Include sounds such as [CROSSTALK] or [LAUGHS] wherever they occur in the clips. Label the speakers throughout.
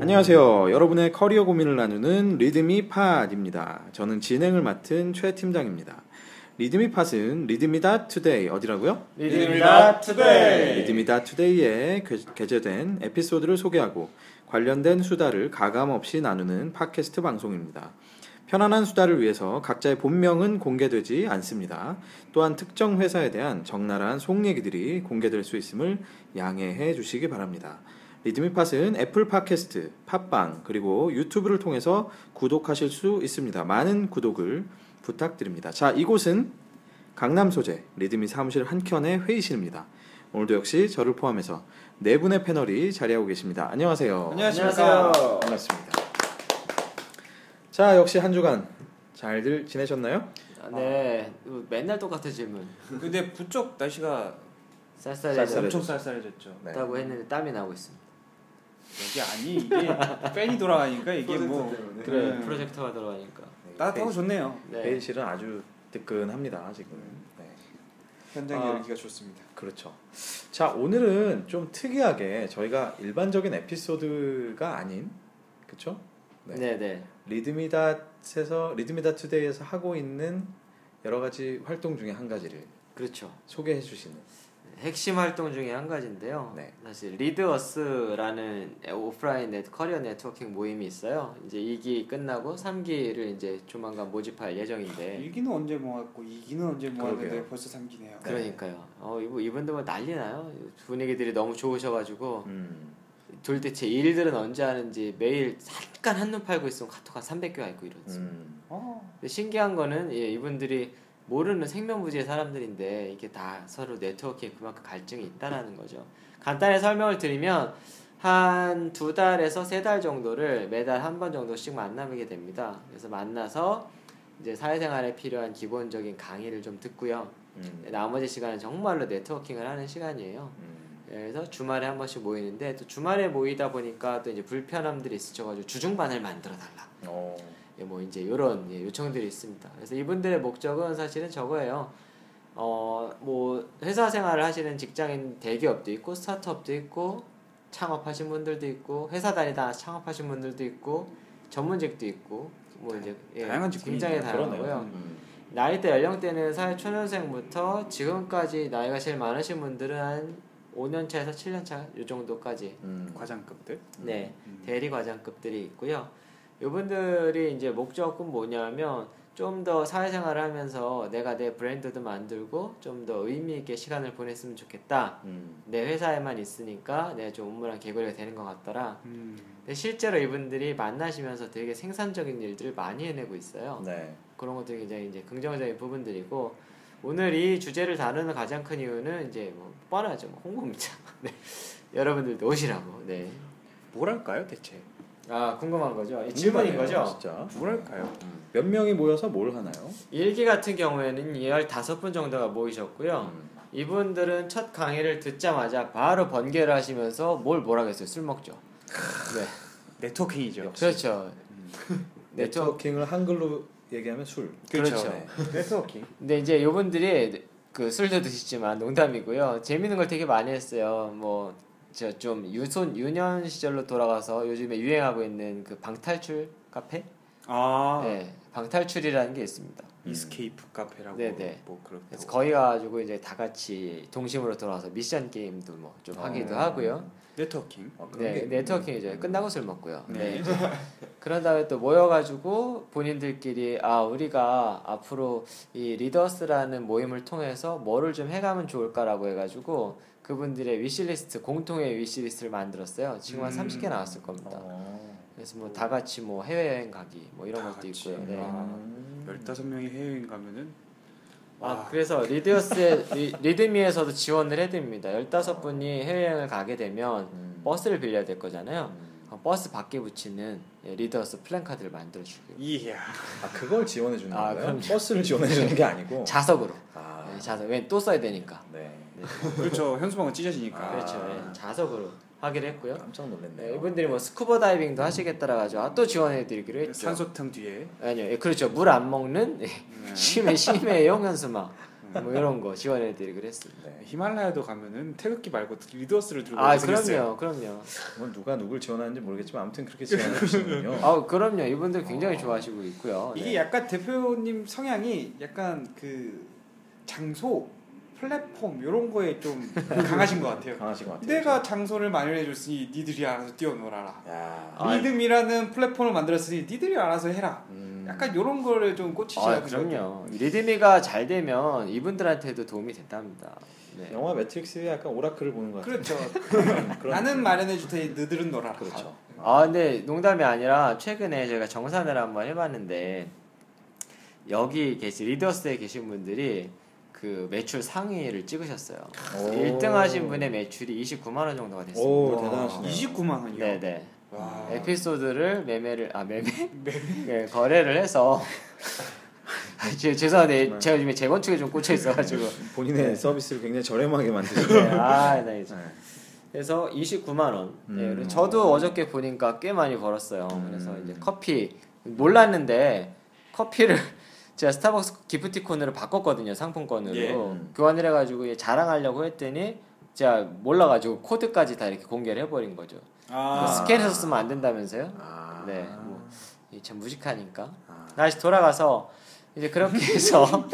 Speaker 1: 안녕하세요. 여러분의 커리어 고민을 나누는 리드미 팟입니다. 저는 진행을 맡은 최 팀장입니다. 리드미 팟은 리드미다 투데이 어디라고요?
Speaker 2: 리듬이다 투데이.
Speaker 1: 리드미다 투데이에 게- 게재된 에피소드를 소개하고 관련된 수다를 가감 없이 나누는 팟캐스트 방송입니다. 편안한 수다를 위해서 각자의 본명은 공개되지 않습니다. 또한 특정 회사에 대한 적나라한 속 얘기들이 공개될 수 있음을 양해해 주시기 바랍니다. 리드미팟은 애플 팟캐스트, 팟빵, 그리고 유튜브를 통해서 구독하실 수 있습니다. 많은 구독을 부탁드립니다. 자, 이곳은 강남 소재 리드미 사무실 한켠의 회의실입니다. 오늘도 역시 저를 포함해서 네 분의 패널이 자리하고 계십니다. 안녕하세요.
Speaker 2: 안녕하십니까.
Speaker 1: 반갑습니다. 자, 역시 한 주간 잘들 지내셨나요?
Speaker 3: 아, 네, 이거 맨날 똑같은 질문.
Speaker 2: 근데 부쩍 날씨가
Speaker 1: 쌀쌀해졌죠.
Speaker 3: 쌀쌀해졌다고
Speaker 2: 엄청 쌀쌀해졌죠.
Speaker 1: 네.
Speaker 3: 했는데 땀이 나고 있습니다.
Speaker 2: 여기 아니 이게 팬이 돌아가니까 이게 뭐
Speaker 1: 그래.
Speaker 2: 네.
Speaker 3: 프로젝터가 들어가니까.
Speaker 2: 따뜻하고 좋네요.
Speaker 3: 네.
Speaker 1: 베일실은 아주 뜨끈합니다 지금. 네,
Speaker 2: 현장
Speaker 1: 아.
Speaker 2: 열기가 좋습니다.
Speaker 1: 그렇죠. 자 오늘은 좀 특이하게 저희가 일반적인 에피소드가 아닌, 그렇죠? 네.
Speaker 3: 네, 네, 네.
Speaker 1: 리드미닷에서 리드미닷 투데이에서 하고 있는 여러 가지 활동 중에 한 가지를
Speaker 3: 그렇죠.
Speaker 1: 소개해 주시는.
Speaker 3: 핵심 활동 중에 한 가지인데요.
Speaker 1: 네.
Speaker 3: 사실 리드어스라는 오프라인 네트 커리어 네트워킹 모임이 있어요. 이제 2기 끝나고 3기를 이제 조만간 모집할 예정인데.
Speaker 2: 1기는 언제 모았고 2기는 언제 모았는데
Speaker 1: 그러게요.
Speaker 2: 벌써 3기네요.
Speaker 3: 그러니까요. 어, 이분 이분들은 난리 나요. 분위기들이 너무 좋으셔가지고
Speaker 1: 음,
Speaker 3: 도대체 이 일들은 언제 하는지 매일 잠깐 한눈 팔고 있으면 카톡 한 300개가 있고 이러지.
Speaker 1: 음,
Speaker 2: 어,
Speaker 3: 근데 신기한 거는 예, 이분들이 모르는 생명부지의 사람들인데 이게 다 서로 네트워크에 그만큼 갈증이 있다라는 거죠. 간단히 설명을 드리면 한 두 달에서 세 달 정도를 매달 한 번 정도씩 만나게 됩니다. 그래서 만나서 이제 사회생활에 필요한 기본적인 강의를 좀 듣고요.
Speaker 1: 음,
Speaker 3: 나머지 시간은 정말로 네트워킹을 하는 시간이에요.
Speaker 1: 음,
Speaker 3: 예, 그래서 주말에 한 번씩 모이는데 또 주말에 모이다 보니까 또 이제 불편함들이 있으셔가지고 주중반을 만들어 달라.
Speaker 1: 어,
Speaker 3: 예, 뭐 이제 이런 요청들이 있습니다. 그래서 이분들의 목적은 사실은 저거예요. 어, 뭐 회사 생활을 하시는 직장인 대기업도 있고 스타트업도 있고 창업하신 분들도 있고 회사 다니다 창업하신 분들도 있고 전문직도 있고 뭐 이제 예,
Speaker 2: 네, 다양한 직군이
Speaker 3: 굉장히
Speaker 2: 있네요.
Speaker 3: 다양하고요.
Speaker 1: 음,
Speaker 3: 나이대 연령대는 사회 초년생부터 지금까지 나이가 제일 많으신 분들은 한 5년 차에서 7년 차 요 정도까지
Speaker 1: 음,
Speaker 2: 과장급들.
Speaker 3: 네
Speaker 2: 음.
Speaker 3: 대리 과장급들이 있고요. 이분들이 이제 목적은 뭐냐면 좀 더 사회생활을 하면서 내가 내 브랜드도 만들고 좀 더 의미 있게 시간을 보냈으면 좋겠다.
Speaker 1: 음,
Speaker 3: 내 회사에만 있으니까 내가 좀 우물한 개구리가 되는 것 같더라.
Speaker 2: 음.
Speaker 3: 근데 실제로 이분들이 만나시면서 되게 생산적인 일들을 많이 해내고 있어요.
Speaker 1: 네,
Speaker 3: 그런 것들이 굉장히 이제 긍정적인 부분들이고 오늘 이 주제를 다루는 가장 큰 이유는 이제 뭐 뻔하죠 뭐 홍보입니다. [LAUGHS] 네. 여러분들도 오시라고. 네.
Speaker 2: 뭐랄까요 대체?
Speaker 3: 아 궁금한 거죠? 이 질문인
Speaker 1: 궁금하네요,
Speaker 3: 거죠?
Speaker 1: 진짜.
Speaker 2: 뭐랄까요?
Speaker 1: 음. 몇 명이 모여서 뭘 하나요?
Speaker 3: 일기 같은 경우에는 15분 정도가 모이셨고요.
Speaker 1: 음,
Speaker 3: 이분들은 첫 강의를 듣자마자 바로 번개를 하시면서 뭘 뭐라겠어요? 술 먹죠. 네.
Speaker 2: 네트워킹이죠.
Speaker 3: 그렇죠.
Speaker 1: 음.
Speaker 3: 네, 저-
Speaker 1: 네트워킹을 한글로 얘기하면 술.
Speaker 3: 그렇죠.
Speaker 1: 네.
Speaker 2: 네트워킹.
Speaker 3: 근데 이제 요분들이 그 술도 드시지만 농담이고요. 재밌는 걸 되게 많이 했어요. 뭐 제가 좀 유손 유년 시절로 돌아가서 요즘에 유행하고 있는 그 방탈출 카페?
Speaker 2: 아
Speaker 3: 네. 방탈출이라는 게 있습니다.
Speaker 2: 이스케이프 카페라고
Speaker 3: 네네.
Speaker 2: 뭐 그렇고.
Speaker 3: 그래서 거기 가지고 이제 다 같이 동심으로 돌아와서 미션 게임도 뭐 좀 하기도
Speaker 1: 어.
Speaker 3: 하고요.
Speaker 2: 네트워킹.
Speaker 1: 어, 그런
Speaker 3: 네,
Speaker 1: 게-
Speaker 3: 네트워킹이죠. 끝나고 술 먹고요. 네.
Speaker 2: 네.
Speaker 3: 그런 다음에 또 모여가지고 본인들끼리 아 우리가 앞으로 이 리더스라는 모임을 통해서 뭐를 좀 해가면 좋을까라고 해가지고 그분들의 위시리스트 공통의 위시리스트를 만들었어요. 지금 한
Speaker 2: 음.
Speaker 3: 30개 나왔을 겁니다.
Speaker 1: 어.
Speaker 3: 그래서 뭐 다 같이 뭐 해외 여행 가기 뭐 이런
Speaker 2: 다
Speaker 3: 것도
Speaker 2: 같이.
Speaker 3: 있고요. 네.
Speaker 2: 아.
Speaker 1: 음.
Speaker 2: 15명이 해외여행 가면은
Speaker 3: 아, 그래서 리디어스의 리, 리드미에서도 지원을 해드립니다. 15분이 해외여행을 가게 되면
Speaker 1: 음.
Speaker 3: 버스를 빌려야 될 거잖아요.
Speaker 1: 음.
Speaker 3: 그럼 버스 밖에 붙이는 예, 리더스 플랜카드를 만들어주고요.
Speaker 2: 이야.
Speaker 1: 아 그걸 지원해 주는
Speaker 3: 아,
Speaker 1: 거예요?
Speaker 3: 그럼요.
Speaker 1: 버스를 지원해 주는 게
Speaker 2: 어.
Speaker 1: 아니고.
Speaker 3: 자석으로.
Speaker 1: 아,
Speaker 3: 예, 자석. 왠 또 써야 되니까.
Speaker 1: 네.
Speaker 2: 그렇죠. 현수막은 찢어지니까.
Speaker 1: 아.
Speaker 3: 그렇죠. 예, 자석으로 하기로 했고요.
Speaker 1: 깜짝
Speaker 3: 네,
Speaker 1: 놀랐네요.
Speaker 3: 이분들이 뭐 스쿠버 다이빙도 하시겠다라 가지고 아, 또 지원해드리기로 했죠.
Speaker 2: 산소탕 네. 뒤에
Speaker 3: [LAUGHS] 아니요, 예, 그렇죠. 물 안 먹는 예, 심해 심해 영현수막.
Speaker 2: 네.
Speaker 3: 뭐 이런 거 지원해드리기로 했습니다.
Speaker 1: 네.
Speaker 2: 히말라야도 가면은 태극기 말고 리더스를 들고
Speaker 3: 아
Speaker 2: 생겼어요.
Speaker 3: 그럼요, 그럼요.
Speaker 1: 뭐 누가 누굴 지원하는지 모르겠지만 아무튼
Speaker 3: [LAUGHS]
Speaker 1: 그렇게 지원하시는군요.
Speaker 3: 아 그럼요. 이분들 굉장히
Speaker 1: 어.
Speaker 3: 좋아하시고 있고요.
Speaker 2: 음.
Speaker 3: 네.
Speaker 2: 이게 약간 대표님 성향이 약간 그 장소 플랫폼 이런
Speaker 3: [LAUGHS]
Speaker 2: 거에 좀 강하신 것 같아요.
Speaker 1: 강하신
Speaker 3: 네,
Speaker 1: 것 같아요.
Speaker 3: 그렇죠.
Speaker 2: 내가 장소를 마련해 줬으니 니들이 알아서 뛰어놀아라.
Speaker 1: 야,
Speaker 3: 아,
Speaker 2: 리듬이라는 플랫폼을 만들었으니 니들이 알아서 해라.
Speaker 1: 음,
Speaker 2: 약간 이런 거를 좀 꽂히셔야
Speaker 3: 아,
Speaker 2: 되는 것 같아요.
Speaker 3: 그럼요. 리드미가 잘 되면 이분들한테도 도움이 된답니다. 네.
Speaker 1: 영화 매트릭스의 약간 오라클을 보는 것 같아요.
Speaker 2: 그렇죠.
Speaker 3: [LAUGHS]
Speaker 1: 그런-
Speaker 2: 나는 마련해 줄 테니 너들은 놀아라.
Speaker 1: 그렇죠.
Speaker 3: 아 근데 농담이 아니라 최근에 제가 정산을 한번 해봤는데 여기 계신 리더스에 계신 분들이 그 매출 상위를 찍으셨어요.
Speaker 1: 그렇죠. 오.
Speaker 3: 1등 하신 분의 매출이 29만 원 정도가 됐습니다.
Speaker 1: 오 아.
Speaker 2: 와,
Speaker 1: 대단하시네요.
Speaker 2: 29만 원이요.
Speaker 3: 네네.
Speaker 2: 와.
Speaker 3: 에피소드를 매매를
Speaker 1: [LAUGHS]
Speaker 3: 아 매매 네, 거래를 해서 [LAUGHS] 제, 죄송한데
Speaker 1: 정말.
Speaker 3: 제가 요즘에 재건축에 좀
Speaker 1: [LAUGHS]
Speaker 3: 꽂혀 있어가지고
Speaker 1: 본인의 서비스를 굉장히 저렴하게 만드시네요.
Speaker 3: 네, 아 네.
Speaker 1: 네.
Speaker 3: 그래서 29만 원. 네,
Speaker 1: 음.
Speaker 3: 그리고 저도 어저께 보니까 꽤 많이 벌었어요.
Speaker 1: 음.
Speaker 3: 그래서 이제 커피 몰랐는데 커피를 [LAUGHS] 제가 스타벅스 기프티콘으로 바꿨거든요 상품권으로
Speaker 2: 예.
Speaker 1: 음.
Speaker 3: 교환을 해가지고 얘 자랑하려고 했더니 제가 몰라가지고 코드까지 다 이렇게 공개를 해버린 거죠. 그
Speaker 2: 아.
Speaker 3: 스캔해서 쓰면 안 된다면서요?
Speaker 1: 아,
Speaker 3: 네, 뭐. 이게 참 무식하니까.
Speaker 1: 아.
Speaker 3: 다시 돌아가서 이제 그렇게 해서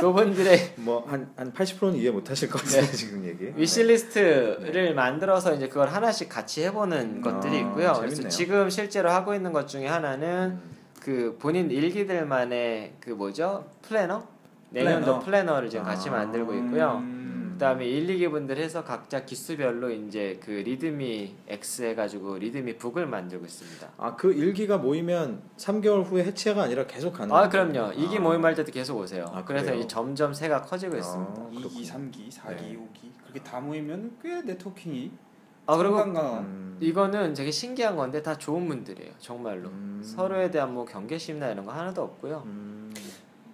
Speaker 3: 그분들의
Speaker 1: 뭐한한 80%는 이해 못하실 것
Speaker 3: 네.
Speaker 1: 같아요 지금 얘기.
Speaker 3: 위시리스트를 만들어서 이제 그걸 하나씩 같이 해보는
Speaker 1: 음,
Speaker 3: 것들이
Speaker 1: 아,
Speaker 3: 있고요. 그래서
Speaker 1: 재밌네요.
Speaker 3: 지금 실제로 하고 있는 것 중에
Speaker 1: 네.
Speaker 3: 하나는
Speaker 1: 음.
Speaker 3: 그 본인 일기들만의 그 뭐죠 플래너 내년도
Speaker 2: 플래너.
Speaker 3: 플래너. 를 지금 같이
Speaker 1: 아.
Speaker 3: 네. 만들고 있고요.
Speaker 2: 음.
Speaker 3: 그다음에 1, 2기 분들 해서 각자 기수별로 이제 그 리드미 X 해가지고 리드미 북을 만들고 있습니다.
Speaker 1: 아그 일기가 모이면 3개월 후에 해체가 아니라 계속 가는.
Speaker 3: 아
Speaker 1: 거죠?
Speaker 3: 그럼요. 이기
Speaker 1: 아.
Speaker 3: 모임할 때도 계속 오세요.
Speaker 1: 아,
Speaker 3: 그래서
Speaker 1: 그래요?
Speaker 3: 이제 점점 새가 커지고
Speaker 1: 아,
Speaker 3: 있습니다.
Speaker 1: 그렇군요.
Speaker 2: 2기, 3기, 4기,
Speaker 1: 네.
Speaker 2: 5기 그렇게 다 모이면 꽤 네트워킹이
Speaker 3: 아 그리고
Speaker 2: 상당한
Speaker 1: 음.
Speaker 3: 이거는 되게 신기한 건데 다 좋은 분들이에요. 정말로.
Speaker 1: 음.
Speaker 3: 서로에 대한 뭐 경계심이나 이런 거 하나도 없고요.
Speaker 1: 음.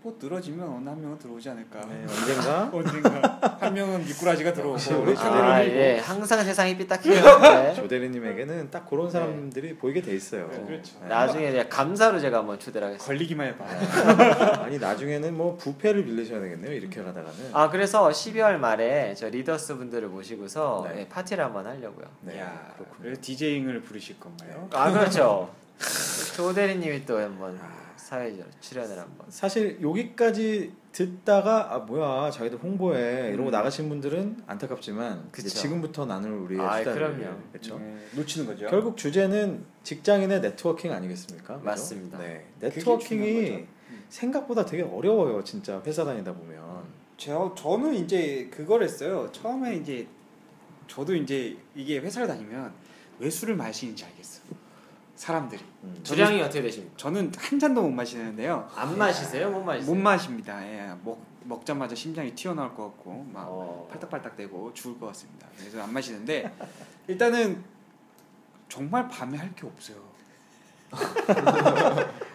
Speaker 2: 뭐 늘어지면 어느 한 명은 들어오지 않을까.
Speaker 1: 네, 언젠가
Speaker 2: [LAUGHS] 언젠가 한 명은 미꾸라지가 들어오고
Speaker 1: 역시 우리
Speaker 2: 한 명은
Speaker 1: 아,
Speaker 2: 밀고.
Speaker 3: 예. 항상 세상이 삐딱해요. 네.
Speaker 1: 조 대리님에게는 딱 그런 사람들이 보이게 돼 있어요.
Speaker 2: 네, 그렇죠.
Speaker 1: 네.
Speaker 3: 나중에 제가 감사로 제가 한번 초대를 하겠습니다.
Speaker 2: 걸리기만 해봐.
Speaker 1: 아니 나중에는 뭐 부패를 빌리셔야 되겠네요. 이렇게 가다가는.
Speaker 3: 아 그래서 12월 말에 저 리더스 분들을 모시고서
Speaker 1: 네.
Speaker 3: 예, 파티를 한번 하려고요.
Speaker 1: 네,
Speaker 2: 야,
Speaker 1: 그렇군요. 네,
Speaker 2: 그래서 디제잉을 부르실 건가요?
Speaker 3: 아 그렇죠. [LAUGHS] 조 대리님이 또 한번 사회적 출연을 한번.
Speaker 1: 사실 여기까지 듣다가 아 뭐야 자기들 홍보해 이러고 나가신 분들은 안타깝지만 이제
Speaker 3: 음. 그쵸.
Speaker 1: 지금부터 나눌 우리의
Speaker 3: 아이,
Speaker 1: 수다를
Speaker 3: 그럼요.
Speaker 1: 그렇죠.
Speaker 2: 네, 놓치는 거죠.
Speaker 1: 결국 주제는 직장인의 네트워킹 아니겠습니까? 그죠?
Speaker 3: 맞습니다.
Speaker 1: 네.
Speaker 2: 그게 중요한
Speaker 1: 네트워킹이
Speaker 2: 거죠. 음.
Speaker 1: 생각보다 되게 어려워요. 진짜 회사 다니다 보면.
Speaker 2: 저 저는 이제 그걸 했어요. 처음에 이제 저도 이제 이게 회사를 다니면 왜 술을 마시는지 알겠어요. 사람들이.
Speaker 1: 음.
Speaker 3: 주량이 어떻게 되십니까?
Speaker 2: 저는 한 잔도 못 마시는데요.
Speaker 3: 안 마시세요? 못 마시세요?
Speaker 2: 못 마십니다. 예, 먹 먹자마자 심장이 튀어나올 것 같고 막
Speaker 3: 어.
Speaker 2: 팔딱팔딱 대고 죽을 것 같습니다. 그래서 안 마시는데 일단은 정말 밤에 할 게 없어요.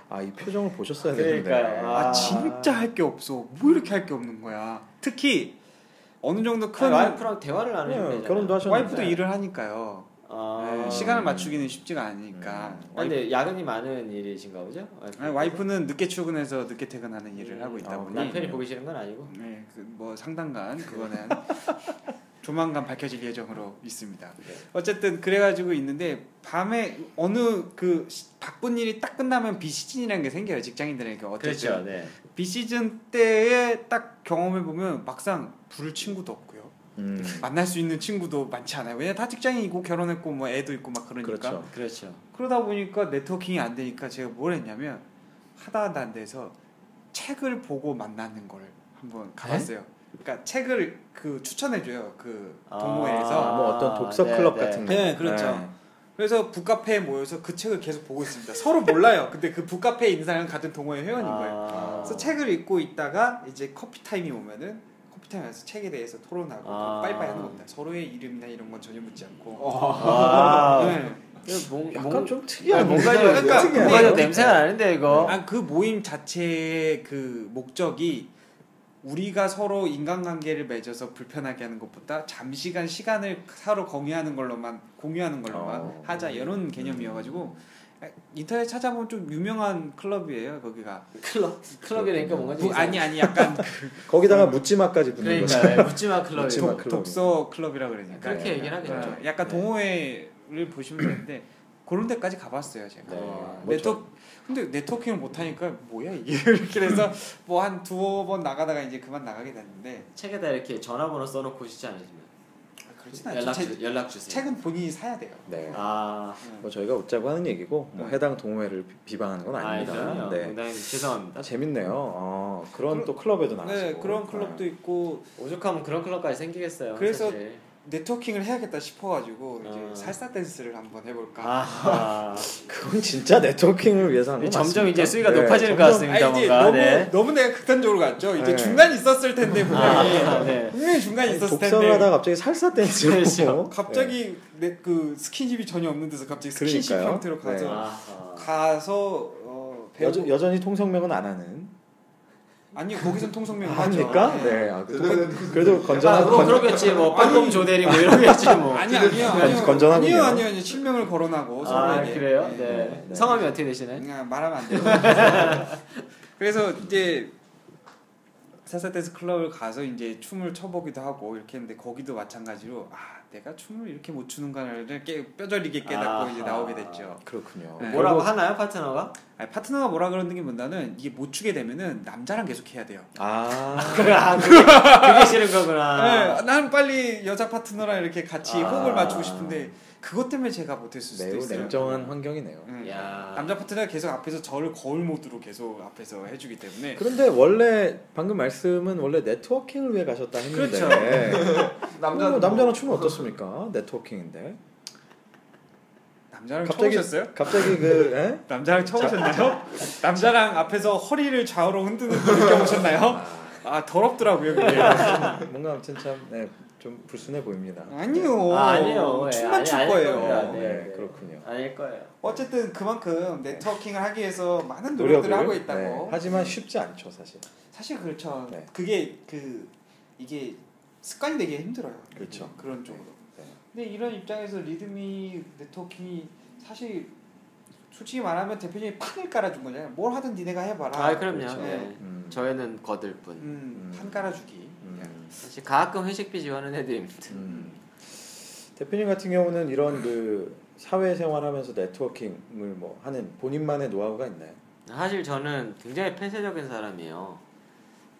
Speaker 1: 아이 표정을 보셨어야
Speaker 3: 그러니까요.
Speaker 1: 되는데.
Speaker 2: 아,
Speaker 3: 아.
Speaker 2: 진짜 할 게 없어. 뭐 이렇게 할 게 없는 거야. 특히 어느 정도 큰
Speaker 3: 아니, 와이프랑 대화를 안 해요.
Speaker 1: 네, 결혼도 하셨는데.
Speaker 2: 와이프도 일을 하니까요.
Speaker 3: 아...
Speaker 2: 네, 시간을 맞추기는 쉽지가 않으니까.
Speaker 1: 음.
Speaker 3: 아, 근데 야근이 많은 일이신가 보죠? 와이프?
Speaker 2: 아니, 와이프는 늦게 출근해서 늦게 퇴근하는 일을 하고 있다
Speaker 1: 아,
Speaker 2: 보니
Speaker 3: 음. 어, 남편이 보기 싫은 건 아니고.
Speaker 2: 네, 그 뭐 상당간 그거는 [LAUGHS] 조만간 밝혀질 예정으로 있습니다.
Speaker 3: 네.
Speaker 2: 어쨌든 그래가지고 있는데 밤에 어느 그 시- 바쁜 일이 딱 끝나면 비시즌이라는 게 생겨요 직장인들에게
Speaker 3: 그렇죠.
Speaker 2: 어쨌든
Speaker 3: 네.
Speaker 2: 비시즌 때에 딱 경험해 보면 막상 부를 친구도 없고요
Speaker 1: 음.
Speaker 2: 만날 수 있는 친구도 많지 않아요 왜냐 다 직장인이고 결혼했고 뭐 애도 있고 막 그러니까
Speaker 1: 그렇죠.
Speaker 3: 그렇죠.
Speaker 2: 그러다 보니까 네트워킹이 안 되니까 제가 뭘 했냐면 하다 하다 안 돼서 책을 보고 만나는 걸
Speaker 3: 네?
Speaker 2: 한번 가봤어요. 그러니까 책을 그 추천해줘요 그
Speaker 1: 아,
Speaker 2: 동호회에서.
Speaker 1: 뭐 어떤 독서
Speaker 3: 네,
Speaker 1: 클럽
Speaker 3: 네.
Speaker 1: 같은 거.
Speaker 2: 네, 그렇죠. 그래서 북카페에 모여서 그 책을 계속 보고 있습니다. 서로 몰라요. 근데 그 북카페 인상은 같은 동호회 회원인 거예요.
Speaker 3: 아.
Speaker 2: 그래서 책을 읽고 있다가 이제 커피 타임이 오면은 커피 타임에서 책에 대해서 토론하고 그
Speaker 3: 아.
Speaker 2: 빠이빠이 하는 겁니다. 서로의 이름이나 이런 건 전혀 묻지 않고.
Speaker 3: 아.
Speaker 2: 네.
Speaker 3: 이거 뭔-
Speaker 1: 약간
Speaker 3: 뭐, 뭔-
Speaker 1: 좀
Speaker 3: 아니,
Speaker 1: 특이한
Speaker 3: 뭔가 좀
Speaker 2: 그러니까
Speaker 3: 뭔가 좀
Speaker 2: 근데 이거-
Speaker 3: 어?
Speaker 2: 네. 그
Speaker 3: 냄새가 나는데 이거.
Speaker 2: 아, 그 모임 자체의 그 목적이 우리가 서로 인간관계를 맺어서 불편하게 하는 것보다 잠시간 시간을 서로 공유하는 걸로만 공유하는 걸로만
Speaker 1: 어.
Speaker 2: 하자 이런 개념이어가지고 아, 인터넷 찾아보면 좀 유명한 클럽이에요 거기가
Speaker 3: 아, 클럽 클럽이라니까 뭔가 좀
Speaker 2: 부- 아니 아니 약간 그
Speaker 1: 거기다가 묻지마까지 붙는 거죠.
Speaker 3: 그러니까 묻지마 클럽이
Speaker 1: 묻지마.
Speaker 2: 독-
Speaker 1: 클럽.
Speaker 2: 독서 클럽이라 그러니까
Speaker 3: 그렇게 얘기를 하겠죠.
Speaker 2: 어, 약간
Speaker 3: 네.
Speaker 2: 동호회를 보시면 되는데 그런 데까지 가봤어요 제가
Speaker 3: 네.
Speaker 1: 어, 뭐
Speaker 2: 네트 근데 네트워킹을 못 하니까 뭐야 이게 [LAUGHS] 이렇게 해서 뭐 한 두어 번 나가다가 이제 그만 나가게 됐는데
Speaker 3: 책에다 이렇게 전화번호 써놓고 싶지 않으시면 아,
Speaker 2: 그렇진 않죠
Speaker 3: 연락
Speaker 2: 제-
Speaker 3: 주, 연락 주세요.
Speaker 2: 책은 본인이 사야 돼요
Speaker 1: [LAUGHS] 네.
Speaker 3: 아,
Speaker 2: 네.
Speaker 1: 뭐 저희가 웃자고 하는 얘기고 뭐
Speaker 2: 네.
Speaker 1: 해당 동호회를 비- 비방하는 건 아닙니다.
Speaker 3: 그럼요.
Speaker 1: 네.
Speaker 3: 농담이- 죄송합니다.
Speaker 1: 아, 재밌네요. 어, 그런
Speaker 2: 그러-
Speaker 1: 또 클럽에도 나가고.
Speaker 2: 네 그런 클럽도 있고
Speaker 3: 오죽하면 그런 클럽까지 생기겠어요.
Speaker 2: 그래서-
Speaker 3: 사실.
Speaker 2: 네트워킹을 해야겠다 싶어가지고
Speaker 3: 아.
Speaker 2: 이제 살사 댄스를 한번 해볼까
Speaker 3: 아,
Speaker 1: 그건 진짜 네트워킹을 위해서 하는 거
Speaker 3: 점점
Speaker 1: 맞습니까?
Speaker 3: 이제 수위가
Speaker 1: 네,
Speaker 3: 높아지는 것
Speaker 1: 점점-
Speaker 2: 아니,
Speaker 3: 같습니다.
Speaker 2: 이게
Speaker 3: 뭔가
Speaker 2: 너무
Speaker 3: 네.
Speaker 2: 너무 내가 극단적으로 갔죠 이제
Speaker 1: 네.
Speaker 2: 중간이 있었을 텐데 분명히
Speaker 3: 아, 네.
Speaker 2: 분명히 중간이
Speaker 1: 아니,
Speaker 2: 있었을
Speaker 1: 독서를 하다
Speaker 2: 텐데
Speaker 1: 가 갑자기 살사 네. 댄스로
Speaker 3: 그렇죠.
Speaker 2: 갑자기 내 그 스킨십이 전혀 없는 데서 갑자기 스킨십
Speaker 1: 그러니까요.
Speaker 2: 형태로 가서
Speaker 1: 네.
Speaker 3: 아,
Speaker 2: 가서 어,
Speaker 1: 네.
Speaker 2: 배우
Speaker 1: 여전, 여전히 통성명은 안 하는
Speaker 2: 아니 거기선 통성명
Speaker 1: 합니까?
Speaker 2: 하죠.
Speaker 1: 네. 아, 그 통- 그래도
Speaker 3: 아,
Speaker 1: 건전한
Speaker 3: 뭐
Speaker 1: 건-
Speaker 3: 그러겠지 뭐
Speaker 2: 아니.
Speaker 3: ปั้동 조대리 뭐 이러겠지 뭐.
Speaker 2: 아니 뭐 아니요 아니요
Speaker 1: 어, 건전하군요.
Speaker 2: 아니요 아니요 아니요 실명을 거론하고
Speaker 3: 아
Speaker 2: 서로에게.
Speaker 3: 그래요?
Speaker 2: 예.
Speaker 3: 네.
Speaker 1: 네.
Speaker 3: 성함이 어떻게 되시나요?
Speaker 2: 그냥 말하면 안 돼요. [LAUGHS] 그래서 이제 사사댄스 클럽을 가서 이제 춤을 춰보기도 하고 이렇게 했는데 거기도 마찬가지로 아 내가 춤을 이렇게 못 추는가를 깨, 뼈저리게 깨닫고
Speaker 3: 아하.
Speaker 2: 이제 나오게 됐죠.
Speaker 1: 그렇군요.
Speaker 2: 네.
Speaker 3: 뭐라고 하나요 파트너가?
Speaker 2: 아니, 파트너가 뭐라 그러는 게 뭔다는 이게 못 추게 되면은 남자랑 계속 해야 돼요.
Speaker 1: 아.
Speaker 3: 아, 그게, 그게 싫은 거구나.
Speaker 2: 네, 나는 빨리 여자 파트너랑 이렇게 같이
Speaker 3: 아.
Speaker 2: 호흡을 맞추고 싶은데 그것 때문에 제가 못했을 수도
Speaker 1: 매우
Speaker 2: 있어요.
Speaker 1: 냉정한 환경이네요.
Speaker 2: 음.
Speaker 3: 야.
Speaker 2: 남자 파트너가 계속 앞에서 저를 거울 모드로 계속 앞에서 해주기 때문에
Speaker 1: 그런데 원래 방금 말씀은 원래 네트워킹을 위해 가셨다 했는데 남자
Speaker 2: 뭐
Speaker 1: 남자랑 춤은 어떻습니까? 네트워킹인데
Speaker 2: 남자랑
Speaker 1: 갑자기-
Speaker 2: 쳐보셨어요?
Speaker 1: 갑자기 그 에?
Speaker 2: 남자랑 쳐보셨나요? 남자랑 앞에서 허리를 좌우로 흔드는 거 느껴보셨나요? 아 더럽더라고요 그게
Speaker 1: 뭔가 아무튼 참좀 불순해 보입니다.
Speaker 2: 아니요
Speaker 3: 아, 아니요. 예,
Speaker 2: 뭐 춤만
Speaker 3: 아니,
Speaker 2: 출
Speaker 3: 아닐
Speaker 2: 거예요
Speaker 3: 겁니다.
Speaker 1: 어,
Speaker 3: 네,
Speaker 1: 네,
Speaker 3: 네.
Speaker 1: 그렇군요.
Speaker 3: 아닐 거예요.
Speaker 2: 어쨌든 그만큼 네트워킹을 하기 위해서 많은 노력들을 하고 있다고
Speaker 1: 네, 하지만 쉽지 않죠 사실.
Speaker 2: 사실 그렇죠
Speaker 1: 네.
Speaker 2: 그게 그 이게 습관이 되게 힘들어요
Speaker 1: 그렇죠.
Speaker 2: 그런 쪽으로
Speaker 1: 네.
Speaker 2: 근데 이런 입장에서 리듬이 네트워킹이 사실 솔직히 말하면 대표님이 판을 깔아준 거잖아요 뭘 하든 니네가 해봐라
Speaker 3: 아, 그럼요.
Speaker 1: 그렇죠.
Speaker 3: 네.
Speaker 1: 음.
Speaker 3: 저희는 거들 뿐.
Speaker 2: 음,
Speaker 1: 음.
Speaker 2: 판 깔아주기
Speaker 1: [LAUGHS] 음.
Speaker 3: 사실 가끔 회식비 지원은 해드립니다.
Speaker 1: 음. 대표님 같은 경우는 이런 그 사회생활하면서 네트워킹을 뭐 하는 본인만의 노하우가 있나요?
Speaker 3: 사실 저는 굉장히 폐쇄적인 사람이에요.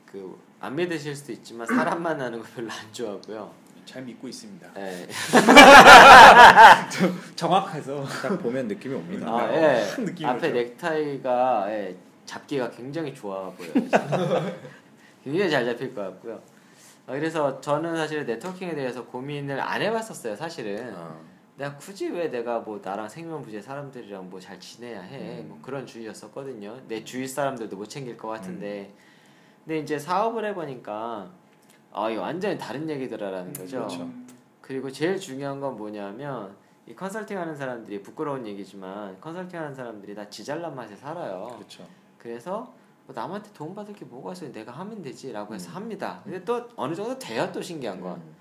Speaker 3: 그 안 믿으실 수도 있지만 사람 만나는 거 별로 안 좋아하고요.
Speaker 2: 잘 믿고 있습니다
Speaker 3: 예.
Speaker 2: 정확해서
Speaker 1: 딱 보면 느낌이 옵니다.
Speaker 3: 아, 예.
Speaker 2: 큰 느낌이
Speaker 3: 앞에
Speaker 2: 오죠.
Speaker 3: 넥타이가 예, 잡기가 굉장히 좋아
Speaker 2: [LAUGHS]
Speaker 3: 보여요. 지금. 굉장히 잘 잡힐 것 같고요. 어, 그래서 저는 사실 네트워킹에 대해서 고민을 안 해봤었어요.
Speaker 2: 예.
Speaker 3: 사실은
Speaker 1: 아.
Speaker 3: 내가 굳이 왜 내가 뭐 나랑 생명부재 사람들이랑 뭐 잘 지내야 해.
Speaker 1: 음.
Speaker 3: 뭐 그런 주의였었거든요. 내 주위 사람들도 못 챙길 것 같은데.
Speaker 2: 음.
Speaker 3: 근데 이제 사업을 해보니까 아, 이거 완전히 다른 얘기더라라는 거죠.
Speaker 1: 그렇죠.
Speaker 3: 그리고 제일 중요한 건 뭐냐면 이 컨설팅 하는 사람들이 부끄러운 얘기지만 컨설팅 하는 사람들이 다 지잘난 맛에 살아요.
Speaker 1: 그렇죠.
Speaker 3: 그래서 뭐 남한테 도움받을 게 뭐가 있어 내가 하면 되지라고 해서 합니다. 근데 또 어느 정도 돼야 또 신기한 건
Speaker 1: 음.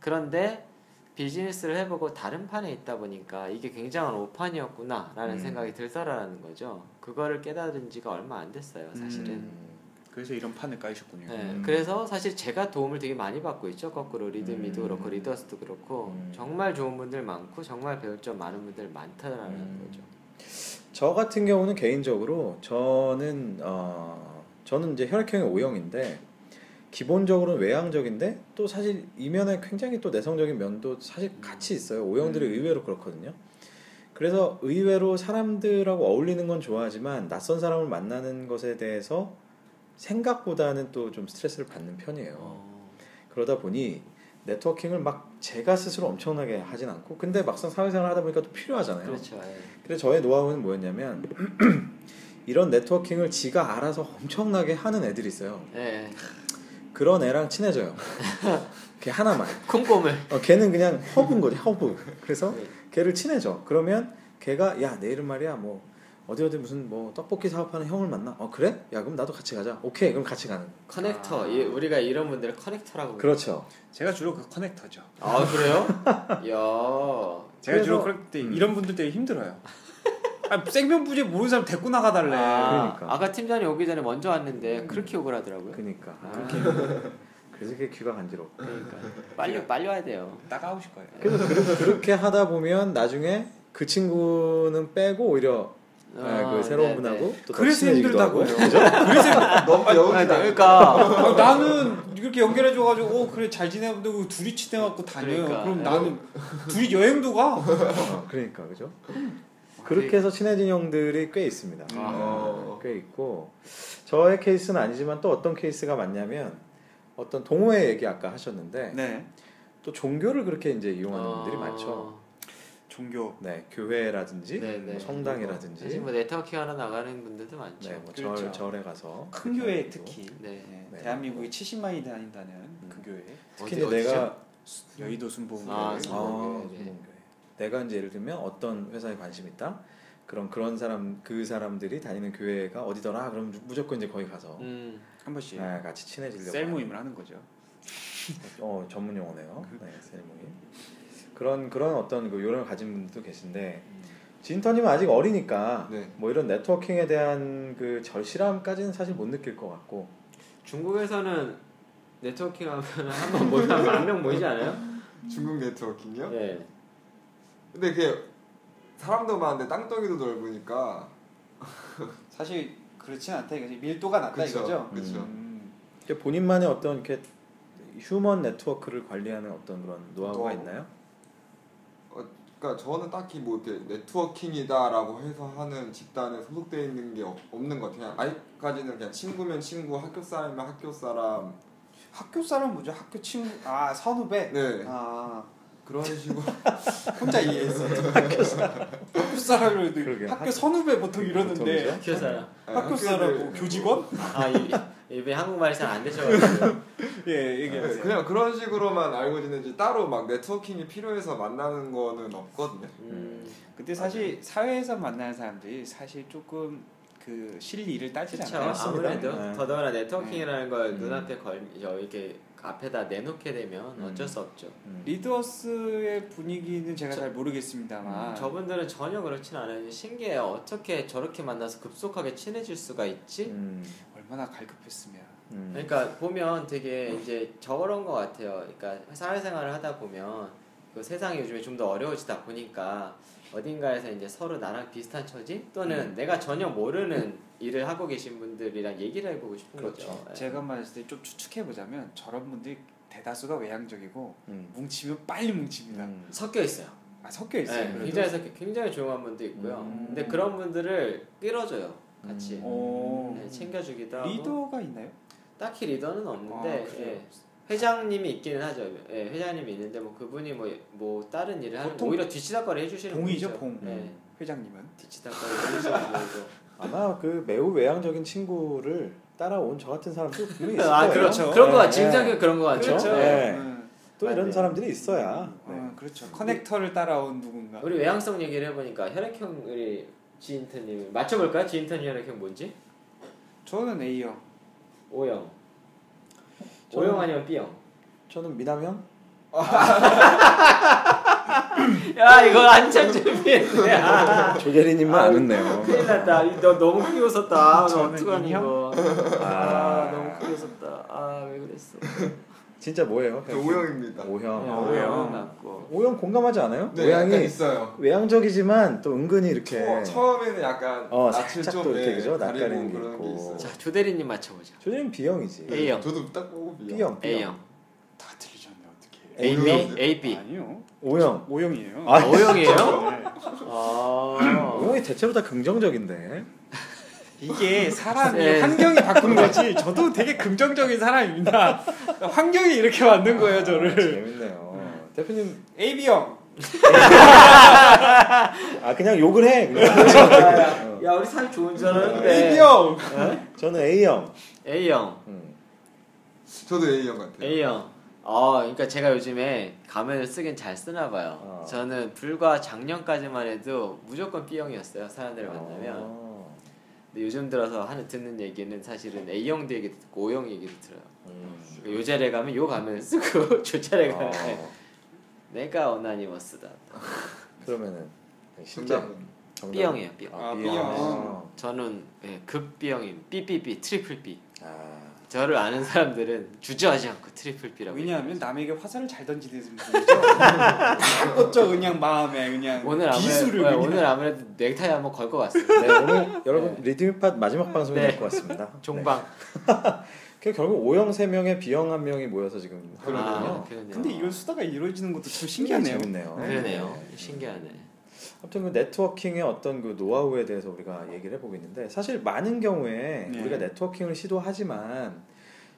Speaker 3: 그런데 비즈니스를 해보고 다른 판에 있다 보니까 이게 굉장한 오판이었구나라는
Speaker 1: 음.
Speaker 3: 생각이 들더라라는 거죠. 그거를 깨달은 지가 얼마 안 됐어요, 사실은.
Speaker 1: 음.
Speaker 2: 그래서 이런 판을 까이셨군요.
Speaker 3: 네,
Speaker 1: 음.
Speaker 3: 그래서 사실 제가 도움을 되게 많이 받고 있죠. 거꾸로 리드미도
Speaker 1: 음.
Speaker 3: 그렇고 리더스도 그렇고
Speaker 1: 음.
Speaker 3: 정말 좋은 분들 많고 정말 배울 점 많은 분들 많다라는
Speaker 1: 음.
Speaker 3: 거죠.
Speaker 1: 저 같은 경우는 개인적으로 저는 어 저는 이제 혈액형이 O형인데 기본적으로 는 외향적인데 또 사실 이면에 굉장히 또 내성적인 면도 사실 같이 있어요. O형들이
Speaker 2: 음.
Speaker 1: 의외로 그렇거든요. 그래서 의외로 사람들하고 어울리는 건 좋아하지만 낯선 사람을 만나는 것에 대해서 생각보다는 또 좀 스트레스를 받는 편이에요.
Speaker 3: 어.
Speaker 1: 그러다 보니 네트워킹을 막 제가 스스로 엄청나게 하진 않고 근데 막상 사회생활 하다 보니까 또 필요하잖아요.
Speaker 3: 그렇죠. 예.
Speaker 1: 그래서 저의 노하우는 뭐였냐면 [CLEARS THROAT] 이런 네트워킹을 지가 알아서 엄청나게 하는 애들이 있어요.
Speaker 3: 예.
Speaker 1: 그런 애랑
Speaker 2: [LAUGHS]
Speaker 1: 친해져요. 걔 하나만.
Speaker 3: 콩고물.
Speaker 1: 어, 걔는 그냥 허브인 거지 허브. 그래서
Speaker 3: 네.
Speaker 1: 걔를 친해져. 그러면 걔가 야 내일은 말이야 뭐 어디 어디 무슨 뭐 떡볶이 사업하는 형을 만나. 어 그래? 야 그럼 나도 같이 가자. 오케이 그럼 같이 가는.
Speaker 3: 커넥터
Speaker 2: 아.
Speaker 3: 예, 우리가 이런 분들을 커넥터라고
Speaker 1: 그렇죠.
Speaker 2: 제가 주로 그 커넥터죠.
Speaker 3: 불러요. 아 [LAUGHS] 그래요? 야
Speaker 2: 제가
Speaker 1: 그래서-
Speaker 2: 주로 그럴 때
Speaker 1: 음.
Speaker 2: 이런 분들 때문에 힘들어요. 아, 생명부지 모르는 사람 데리고 나가달래.
Speaker 3: 아,
Speaker 1: 그러니까.
Speaker 3: 아까 팀장이 오기 전에 먼저 왔는데 그렇게 욕을 하더라고요
Speaker 1: 그니까.
Speaker 3: 아,
Speaker 1: 그래서 이렇게 귀가 간지러. 워
Speaker 3: 그러니까 빨리 빨리 와야 돼요
Speaker 2: 나가오실 거예요.
Speaker 1: 그래서 그렇- 그렇게 하다 보면 나중에 그 친구는 빼고 오히려 아,
Speaker 3: 어,
Speaker 1: 그 새로운
Speaker 3: 네,
Speaker 1: 분하고 또더
Speaker 2: 그래서
Speaker 1: 친해지기도
Speaker 2: 힘들다고요.
Speaker 1: 하고.
Speaker 4: 너무
Speaker 3: 네. 아,
Speaker 4: 여운이
Speaker 3: 그러니까
Speaker 2: 아, 나는 이렇게 연결해줘가지고 어 그래 잘 지내고 둘이 친해갖고 다녀요.
Speaker 3: 그러니까.
Speaker 2: 그럼 나는 둘이 여행도 가.
Speaker 1: 어, 그러니까 그죠.
Speaker 3: 네.
Speaker 1: 그렇게 해서 친해진 형들이 꽤 있습니다. 네,
Speaker 3: 아.
Speaker 4: 어.
Speaker 1: 꽤 있고 저의 케이스는 아니지만 또 어떤 케이스가 많냐면 어떤 동호회 얘기 아까 하셨는데
Speaker 2: 네.
Speaker 1: 또 종교를 그렇게 이제 이용하는
Speaker 3: 어,
Speaker 1: 분들이 많죠.
Speaker 2: 종교.
Speaker 1: 네, 교회라든지
Speaker 3: 네, 네.
Speaker 1: 뭐 성당이라든지
Speaker 3: 사실 뭐 네트워킹 하러 나가는 분들도 많죠
Speaker 1: 네, 뭐
Speaker 2: 그렇죠.
Speaker 1: 절, 절에 가서
Speaker 2: 큰 교회 특히.
Speaker 3: 네.
Speaker 2: 네,
Speaker 1: 네.
Speaker 2: 대한민국이 70만이 다닌다는 그 교회.
Speaker 1: 특히
Speaker 3: 어디-
Speaker 1: 이제 내가
Speaker 2: 여의도 순복음교회.
Speaker 3: 아,
Speaker 1: 아,
Speaker 3: 성공교회, 네.
Speaker 1: 성공교회. 내가 이제 예를 들면 어떤 회사에 관심 있다. 그럼 그런 사람 그 사람들이 다니는 교회가 어디더라? 그럼 무조건 이제 거기 가서
Speaker 3: 음,
Speaker 2: 한 번씩
Speaker 1: 네, 같이 친해지려고
Speaker 2: 셀
Speaker 1: 하는
Speaker 2: 모임을 하는 거죠.
Speaker 1: 어 전문 용어네요. 네, 세리머니. 그런 그런 어떤 그 요령을 가진 분들도 계신데 진터님은 아직 어리니까
Speaker 4: 네.
Speaker 1: 뭐 이런 네트워킹에 대한 그 절실함까지는 사실 못 느낄 것 같고
Speaker 3: 중국에서는 네트워킹 하면 한번 모이면
Speaker 1: [LAUGHS]
Speaker 3: 만명 모이지 않아요?
Speaker 4: 중국 네트워킹이요?
Speaker 3: 네.
Speaker 4: 근데 그게 사람도 많은데 땅덩이도 넓으니까
Speaker 2: 사실 그렇진 않다 이거지. 밀도가 낮다
Speaker 4: 그쵸,
Speaker 2: 이거죠.
Speaker 4: 그쵸.
Speaker 2: 음.
Speaker 1: 이게 본인만의 어떤 이렇게 휴먼 네트워크를 관리하는 어떤 그런 노하우가
Speaker 4: 노하우.
Speaker 1: 있나요?
Speaker 4: 그러니까 저는 딱히 뭐 이렇게 네트워킹이다라고 해서 하는 집단에 소속돼 있는 게 없- 없는 것 같아요. 그냥 아직까지는 그냥 친구면 친구, 학교 사람이면 학교 사람.
Speaker 2: 학교 사람 뭐죠? 학교 친구. 아 선후배.
Speaker 4: 네.
Speaker 2: 아
Speaker 4: 그런
Speaker 2: [LAUGHS]
Speaker 4: 식으로 혼자 이해했어.
Speaker 2: 학교 사람을
Speaker 1: 그러게요.
Speaker 2: 학교
Speaker 1: 학-
Speaker 2: 선후배 보통 이러는데
Speaker 1: 보통이죠.
Speaker 3: 학교 사람.
Speaker 4: 네,
Speaker 2: 학교 사람 뭐 교직원?
Speaker 3: 아, 이, 이분 한국말이 잘 안
Speaker 1: 음.
Speaker 3: 되셔가지고.
Speaker 2: 예
Speaker 4: 네,
Speaker 2: 얘기하세요.
Speaker 4: 그냥 그런 식으로만 알고 지내지 따로 막 네트워킹이 필요해서 만나는 거는 없거든요.
Speaker 3: 음,
Speaker 2: 근데 사실 사회에서 만나는 사람들이 사실 조금 그 실리를 따지지
Speaker 3: 그렇죠.
Speaker 2: 않아요.
Speaker 1: 맞습니다.
Speaker 3: 아무래도
Speaker 1: 네.
Speaker 3: 더더구나 네트워킹이라는 걸
Speaker 1: 음.
Speaker 3: 눈앞에 걸, 저 이렇게 앞에다 내놓게 되면 어쩔 수 없죠.
Speaker 1: 음.
Speaker 2: 리드워스의 분위기는 제가
Speaker 3: 저- 음,
Speaker 2: 잘
Speaker 1: 아.
Speaker 2: 모르겠습니다만
Speaker 3: 저분들은 전혀 그렇진 않아요. 신기해요. 어떻게 저렇게 만나서 급속하게 친해질 수가 있지?
Speaker 1: 음,
Speaker 2: 얼마나 갈급했으면
Speaker 1: 음.
Speaker 3: 그러니까 보면 되게 이제 저런 것 같아요. 그러니까 사회생활을 하다 보면 그 세상이 요즘에 좀 더 어려워지다 보니까 어딘가에서 이제 서로 나랑 비슷한 처지
Speaker 2: 음.
Speaker 3: 또는 내가 전혀 모르는 일을 하고 계신 분들이랑 얘기를 해보고 싶은 거죠. 예.
Speaker 2: 그렇죠. 제가 말했을 때 좀 추측해 보자면 저런 분들이 대다수가 외향적이고
Speaker 1: 음.
Speaker 2: 뭉치면 빨리 뭉칩니다.
Speaker 1: 음.
Speaker 3: 섞여 있어요.
Speaker 2: 아 섞여
Speaker 3: 예,
Speaker 2: 있어요. 그래도.
Speaker 3: 굉장히 섞여, 굉장히 조용한 분도 있고요.
Speaker 1: 음.
Speaker 3: 근데 그런 분들을 끌어줘요. 같이
Speaker 1: 음.
Speaker 2: 오.
Speaker 3: 예, 챙겨주기도 하고.
Speaker 2: 리더가 있나요?
Speaker 3: 딱히 리더는 없는데
Speaker 2: 아, 그래요?
Speaker 3: 예. 회장님이 있기는 하죠. 예, 회장님이 있는데 뭐 그분이 뭐, 뭐 다른 일을 하는
Speaker 2: 보통
Speaker 3: 오히려 뒤치다거리 해주시는
Speaker 2: 봉이죠,
Speaker 3: 분이죠.
Speaker 2: 봉.
Speaker 3: 예,
Speaker 2: 회장님은
Speaker 3: 뒤치다거리 해주시고
Speaker 1: 아마 그 매우 외향적인 친구를 따라온 저 같은 사람도
Speaker 3: [LAUGHS]
Speaker 1: 분명히 있을
Speaker 3: 아
Speaker 1: 거예요.
Speaker 3: 그렇죠. 그런 거
Speaker 1: 예.
Speaker 3: 같. 진작에 그런 거 같죠. 네.
Speaker 1: 그렇죠.
Speaker 3: 예.
Speaker 1: 네.
Speaker 2: 음,
Speaker 1: 또 이런
Speaker 3: 맞네요.
Speaker 1: 사람들이 있어야 네.
Speaker 2: 어, 그렇죠. 커넥터를 따라온 누군가.
Speaker 3: 우리 외향성 얘기를 해보니까 혈액형 우리 지인턴님이 맞춰볼까요? 지인턴 혈액형 뭔지?
Speaker 2: 저는 A형.
Speaker 3: O형.
Speaker 1: 저는-
Speaker 3: O형 아니면
Speaker 2: [LAUGHS]
Speaker 3: B형.
Speaker 1: 저는 미남형
Speaker 3: 야 이거 안참 준비했네. 아,
Speaker 1: 조계리님만
Speaker 3: 아,
Speaker 1: 안
Speaker 3: [LAUGHS]
Speaker 1: 웃네요.
Speaker 3: 큰일 났다. 이- 너 너무 크게 웃었다. 아, 너
Speaker 2: 저는
Speaker 3: 어떡하니
Speaker 2: E형?
Speaker 3: 이거.
Speaker 1: 아,
Speaker 3: 아 너무 크게 웃었다. 아 왜 그랬어?
Speaker 1: 진짜 뭐예요?
Speaker 4: 저 오형입니다.
Speaker 3: 네.
Speaker 1: 오형.
Speaker 2: 오형.
Speaker 3: 아, 낫고.
Speaker 1: 오형 공감하지 않아요?
Speaker 4: 네,
Speaker 1: 모양이
Speaker 4: 약간 있어요. 어,
Speaker 1: 외향적이지만 또 은근히 이렇게
Speaker 4: 처, 처음에는 약간
Speaker 1: 어,
Speaker 4: 낯을
Speaker 1: 살짝
Speaker 4: 좀
Speaker 1: 또 이렇게
Speaker 4: 예,
Speaker 1: 그죠?
Speaker 4: 가리고
Speaker 1: 낯가리는 게
Speaker 4: 그런
Speaker 1: 있고.
Speaker 4: 있어요.
Speaker 3: 자, 조대리님 맞춰보자.
Speaker 1: 조재림 B형이지.
Speaker 4: 네,
Speaker 3: A형.
Speaker 4: 저도 딱 보고
Speaker 1: B형.
Speaker 4: B형.
Speaker 3: A형.
Speaker 2: 다 틀리셨네 어떻게.
Speaker 1: A,
Speaker 4: A형.
Speaker 1: B.
Speaker 4: O형이요?
Speaker 3: AB.
Speaker 2: 아니요.
Speaker 1: 오형.
Speaker 2: O형이에요.
Speaker 1: 아,
Speaker 2: [LAUGHS]
Speaker 3: O형이에요?
Speaker 2: 네.
Speaker 3: 아.
Speaker 1: [LAUGHS] 오형이 대체로 다 긍정적인데.
Speaker 2: 이게 사람이
Speaker 3: 네.
Speaker 2: 환경이 바꾼 거지 저도 되게 긍정적인 사람입니다 환경이 이렇게 만든 거예요
Speaker 1: 아,
Speaker 2: 저를
Speaker 1: 재밌네요. 대표님,
Speaker 2: AB형
Speaker 1: 아 그냥 욕을 해.
Speaker 3: [LAUGHS] 네.
Speaker 1: 그냥.
Speaker 3: 야, 우리 사이 좋은 줄 알았는데.
Speaker 2: AB형
Speaker 1: 어? 저는 A형.
Speaker 3: A형.
Speaker 1: 음.
Speaker 4: 저도 A형 같아요.
Speaker 3: A형. 아, 어, 그러니까 제가 요즘에 가면을 쓰긴 잘 쓰나 봐요.
Speaker 1: 어.
Speaker 3: 저는 불과 작년까지만 해도 무조건 B형이었어요. 사람들 만나면.
Speaker 1: 어.
Speaker 3: 근데 요즘 들어서 하는 듣는 얘기는 사실은 A형도 얘기 듣고 O형 얘기도 들어요.
Speaker 1: 음.
Speaker 3: 그러니까 요 자리에 가면 요 가면을 쓰고 [LAUGHS] 저 자리에 가면
Speaker 1: 어.
Speaker 3: 내가 어나니머스다.
Speaker 1: 그러면은 진짜
Speaker 4: 정답은
Speaker 1: 정답.
Speaker 3: B형이에요. B형.
Speaker 2: 아,
Speaker 1: B형.
Speaker 2: B형.
Speaker 1: 어.
Speaker 3: 저는 예, 급 B형인 BBB 트리플 B.
Speaker 1: 아.
Speaker 3: 저를 아는 사람들은 주저하지 않고 트리플 B라고.
Speaker 2: 왜냐하면 남에게 화살을 잘 던지는 분이죠. [LAUGHS] 꽂죠 그냥 마음에 그냥
Speaker 3: 오늘 아무래도
Speaker 2: 기술을
Speaker 3: 예,
Speaker 2: 그냥.
Speaker 3: 오늘 아무래도 넥타이 한번 걸
Speaker 1: [LAUGHS]
Speaker 3: 것 같습니다.
Speaker 1: 네 오늘 여러분
Speaker 3: 네.
Speaker 1: 리드미팟 마지막 방송이
Speaker 3: 네.
Speaker 1: 될 것 같습니다.
Speaker 3: 종방.
Speaker 1: 네. 그 결국 O형 세 명에 B형 한 명이 모여서 지금 하고
Speaker 3: 아,
Speaker 1: 있군요.
Speaker 3: 그러네요.
Speaker 2: 근데 이걸 수다가 이루어지는 것도 참 신기하네요.
Speaker 3: 그렇죠.
Speaker 1: 재밌네요.
Speaker 3: 그러네요.
Speaker 1: 네.
Speaker 3: 신기하네.
Speaker 1: 아무튼 그 네트워킹의 어떤 그 노하우에 대해서 우리가 얘기를 해보겠는데 사실 많은 경우에
Speaker 2: 네.
Speaker 1: 우리가 네트워킹을 시도하지만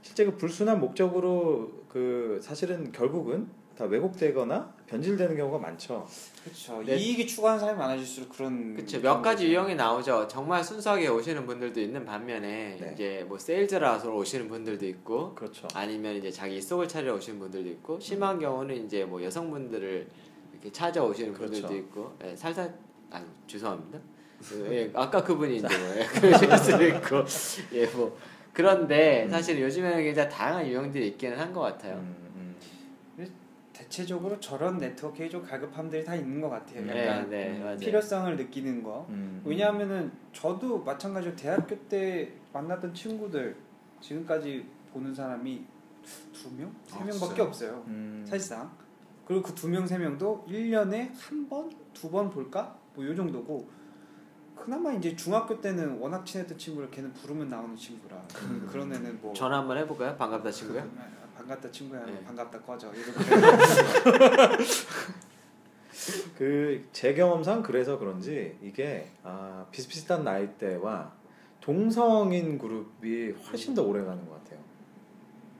Speaker 1: 실제 그 불순한 목적으로 그 사실은 결국은 다 왜곡되거나 변질되는 경우가 많죠.
Speaker 2: 그렇죠.
Speaker 3: 네.
Speaker 2: 이익이 추구하는 사람이 많아질수록 그런
Speaker 3: 그쵸. 몇 가지 유형이 나오죠. 정말 순수하게 오시는 분들도 있는 반면에
Speaker 1: 네.
Speaker 3: 이제 뭐 세일즈라서 오시는 분들도 있고
Speaker 1: 그렇죠. 음.
Speaker 3: 아니면 이제 자기 입속을 차리러 오시는 분들도 있고 심한 경우는 이제 뭐 여성분들을 이렇게 찾아오시는 분들도
Speaker 1: 그렇죠.
Speaker 3: 있고 예, 살살 아니
Speaker 1: [LAUGHS]
Speaker 3: 죄송합니다. 예, 아까 그분이 이제 뭐 예, [LAUGHS] 그러실 수도 있고 예 뭐 그런데 사실 요즘에는 굉장히 다양한 유형들이 있기는 한 것 같아요.
Speaker 1: 음,
Speaker 2: 대체적으로 저런 네트워크에 좀 갈급함들이 다 있는 것 같아요.
Speaker 3: 네,
Speaker 2: 약간
Speaker 3: 네, 맞아요.
Speaker 2: 필요성을 느끼는 거.
Speaker 1: 음, 음.
Speaker 2: 왜냐하면은 저도 마찬가지로 대학교 때 만났던 친구들 지금까지 보는 사람이 두 명, 세
Speaker 4: 아,
Speaker 2: 명밖에
Speaker 4: 진짜요?
Speaker 2: 없어요.
Speaker 1: 음.
Speaker 2: 사실상 그리고 그 두 명, 세 명도 1년에 한 번, 두 번 볼까? 뭐 요 정도고 그나마 이제 중학교 때는 워낙 친했던 친구를 걔는 부르면 나오는 친구라 그런 애는 뭐
Speaker 3: 음.
Speaker 2: 아,
Speaker 3: 전화 한번 해볼까요? 반갑다
Speaker 1: 음.
Speaker 3: 친구야.
Speaker 2: 반갑다 친구야
Speaker 3: 네.
Speaker 2: 반갑다 꺼져 이렇게
Speaker 1: 그 제 경험상 그래서 그런지 이게 아, 비슷비슷한 나이대와 동성인 그룹이 훨씬 더 오래 가는 것 같아요.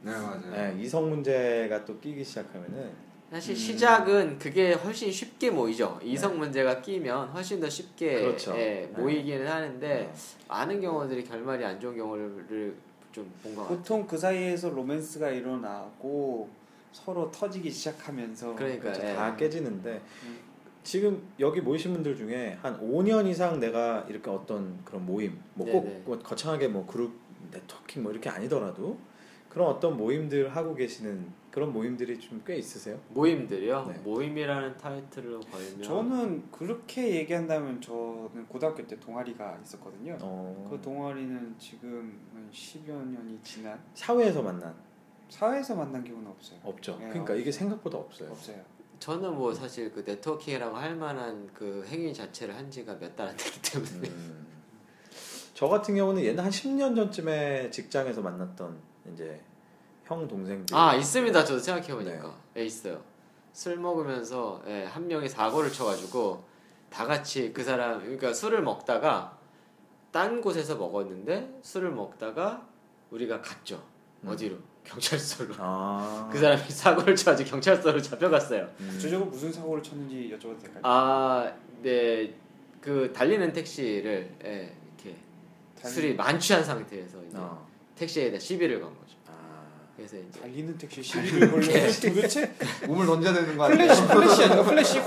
Speaker 4: 네 맞아요.
Speaker 1: 네, 이성 문제가 또 끼기 시작하면은
Speaker 3: 사실
Speaker 2: 음.
Speaker 3: 시작은 그게 훨씬 쉽게 모이죠. 이성
Speaker 1: 네.
Speaker 3: 문제가 끼면 훨씬 더 쉽게
Speaker 1: 그렇죠.
Speaker 3: 예,
Speaker 1: 네.
Speaker 3: 모이기는 하는데 많은 경우들이 결말이 안 좋은 경우를 좀 본 것 같아요.
Speaker 2: 보통 그 사이에서 로맨스가 일어나고 서로 터지기 시작하면서
Speaker 3: 그러니까요.
Speaker 2: 그렇죠.
Speaker 3: 예.
Speaker 1: 다 깨지는데
Speaker 2: 음.
Speaker 1: 지금 여기 모이신 분들 중에 한 5년 이상 내가 이렇게 어떤 그런 모임
Speaker 3: 네네.
Speaker 1: 뭐꼭 거창하게 뭐 그룹 네트워킹 뭐 이렇게 아니더라도 그런 어떤 모임들 하고 계시는 그런 모임들이 좀 꽤 있으세요?
Speaker 3: 모임들이요.
Speaker 1: 네.
Speaker 3: 모임이라는 타이틀로 걸면
Speaker 2: 저는 그렇게 얘기한다면 저는 고등학교 때 동아리가 있었거든요.
Speaker 1: 어,
Speaker 2: 그 동아리는 지금 한 10여 년이 지난
Speaker 1: 사회에서 만난
Speaker 2: 사회에서 만난 기억은 없어요.
Speaker 1: 없죠.
Speaker 2: 네,
Speaker 1: 그러니까 이게 생각보다 없어요.
Speaker 2: 없어요.
Speaker 3: 저는 뭐 사실 그 네트워킹이라고 할 만한 그 행위 자체를 한 지가 몇 달 안 됐기 때문에
Speaker 1: 음. 저 같은 경우는 옛날 한 10년 전쯤에 직장에서 만났던 이제 형 동생들
Speaker 3: 아 있습니다. 저도 생각해 보니까 예, 있어요. 술 먹으면서 예, 한 명이 사고를 쳐가지고 다 같이 그 사람 그러니까 술을 먹다가 딴 곳에서 먹었는데 술을 먹다가 우리가 갔죠 어디로 경찰서로
Speaker 1: 아. 음.
Speaker 3: 그 사람이 사고를 쳐가지고 경찰서로 잡혀갔어요.
Speaker 2: 구체적으로 무슨 사고를 쳤는지 여쭤봐도 될까요?
Speaker 3: 아, 네. 아네그 달리는 택시를 예, 이렇게
Speaker 2: 달리-
Speaker 3: 술이 만취한 상태에서 이제
Speaker 1: 어.
Speaker 3: 택시에다 시비를 건 거죠.
Speaker 1: 아.
Speaker 3: 그래서 이제
Speaker 2: 달리는 택시 시비를 걸려 도대체
Speaker 4: 몸을 던져내는 거 아니에요?
Speaker 2: [LAUGHS] 플래시 플래시 아닌가 플래시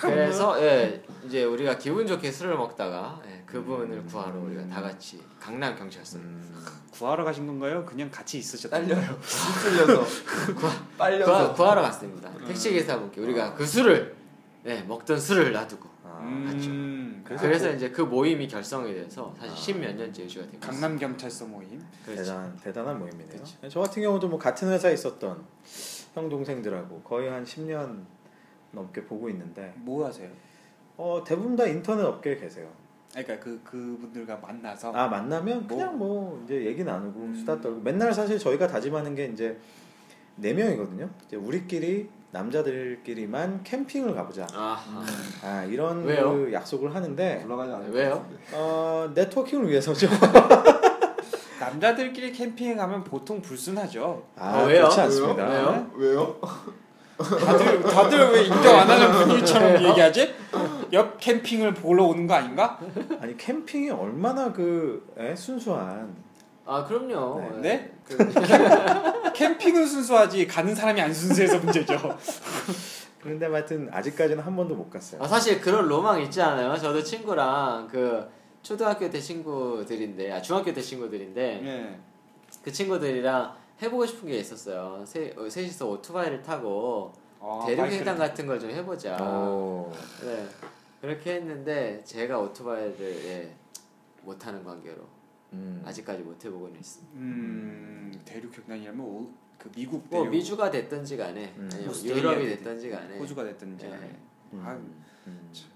Speaker 3: 그래서 예, 이제 우리가 기분 좋게 술을 먹다가 예, 그분을 구하러 우리가 다 같이 강남 경찰서
Speaker 1: 음.
Speaker 2: 구하러 가신 건가요? 그냥 같이 있으셨던 거예요?
Speaker 4: 딸려요. 휩쓸려서
Speaker 3: 구하,
Speaker 4: 빨려서
Speaker 3: 구하러 갔습니다. 택시 기사분께 우리가 그 술을 예, 먹던 술을 놔두고
Speaker 1: 아.
Speaker 2: 음,
Speaker 3: 그래서,
Speaker 2: 그래서 그
Speaker 3: 이제 그 모임이 결성이 돼서
Speaker 1: 아.
Speaker 3: 사실 십몇 년째 유지가 되고 있습니다.
Speaker 2: 강남 경찰서 모임
Speaker 3: 그렇죠.
Speaker 1: 대단 대단한 모임이네요. 저 같은 경우도 뭐 같은 회사에 있었던 형 동생들하고 거의 한 10년 넘게 보고 있는데
Speaker 2: 뭐 하세요?
Speaker 1: 어 대부분 다 인터넷 업계에 계세요.
Speaker 2: 그러니까 그 그분들과 만나서
Speaker 1: 아 만나면 그냥 뭐 이제 얘기 나누고
Speaker 2: 음.
Speaker 1: 수다 떨고 맨날 사실 저희가 다짐하는 게 이제 네 명이거든요. 이제 우리끼리 남자들끼리만 캠핑을 가보자.
Speaker 3: 아하.
Speaker 1: 아 이런
Speaker 3: 왜요?
Speaker 1: 그 약속을 하는데
Speaker 4: 올라가지 않을 것
Speaker 3: 아, 네. 왜요?
Speaker 4: 같은데.
Speaker 1: 어 네트워킹을
Speaker 3: [LAUGHS]
Speaker 1: 위해서죠.
Speaker 2: 남자들끼리 캠핑에 가면 보통 불순하죠.
Speaker 1: 아
Speaker 3: 왜요?
Speaker 1: 그렇지 않습니다.
Speaker 3: 왜요?
Speaker 4: 네.
Speaker 3: 왜요?
Speaker 4: 왜요?
Speaker 2: 다들 다들 왜 인정 안 하는 분위기처럼 얘기하지? 옆 캠핑을 보러 오는 거 아닌가?
Speaker 1: 예, 아니 캠핑이 얼마나 그 에, 순수한
Speaker 3: 아 그럼요.
Speaker 2: 네?
Speaker 3: 그,
Speaker 2: 캠핑은 순수하지 가는 사람이 안 순수해서 문제죠.
Speaker 1: 그런데 하여튼 아직까지는 한 번도 못 갔어요.
Speaker 3: 아, 사실 그런 로망 있지 않아요? 저도 친구랑 그 초등학교 때 친구들인데, 아 중학교 때 친구들인데
Speaker 2: 네.
Speaker 3: 그 친구들이랑 해보고 싶은 게 있었어요. 세, 어, 셋이서 오토바이를 타고
Speaker 2: 아,
Speaker 3: 대륙횡단
Speaker 2: 마이클.
Speaker 3: 같은 걸 좀 해보자.
Speaker 1: 오.
Speaker 3: 네. 그렇게 했는데 제가 오토바이를 예, 못 타는 관계로
Speaker 1: 음.
Speaker 3: 아직까지 못 해보고는 있습니다.
Speaker 2: 음 대륙횡단이라면 오- 그 미국
Speaker 3: 뭐
Speaker 2: 대륙
Speaker 3: 미주가 됐던지 간에
Speaker 1: 음.
Speaker 3: 아니면
Speaker 2: 오스트레일리아
Speaker 3: 유럽이
Speaker 2: 됐든-
Speaker 3: 됐던지 간에
Speaker 2: 호주가 됐든지
Speaker 3: 예.
Speaker 2: 간에.
Speaker 1: 음.
Speaker 2: 아,
Speaker 1: 음.
Speaker 2: 참.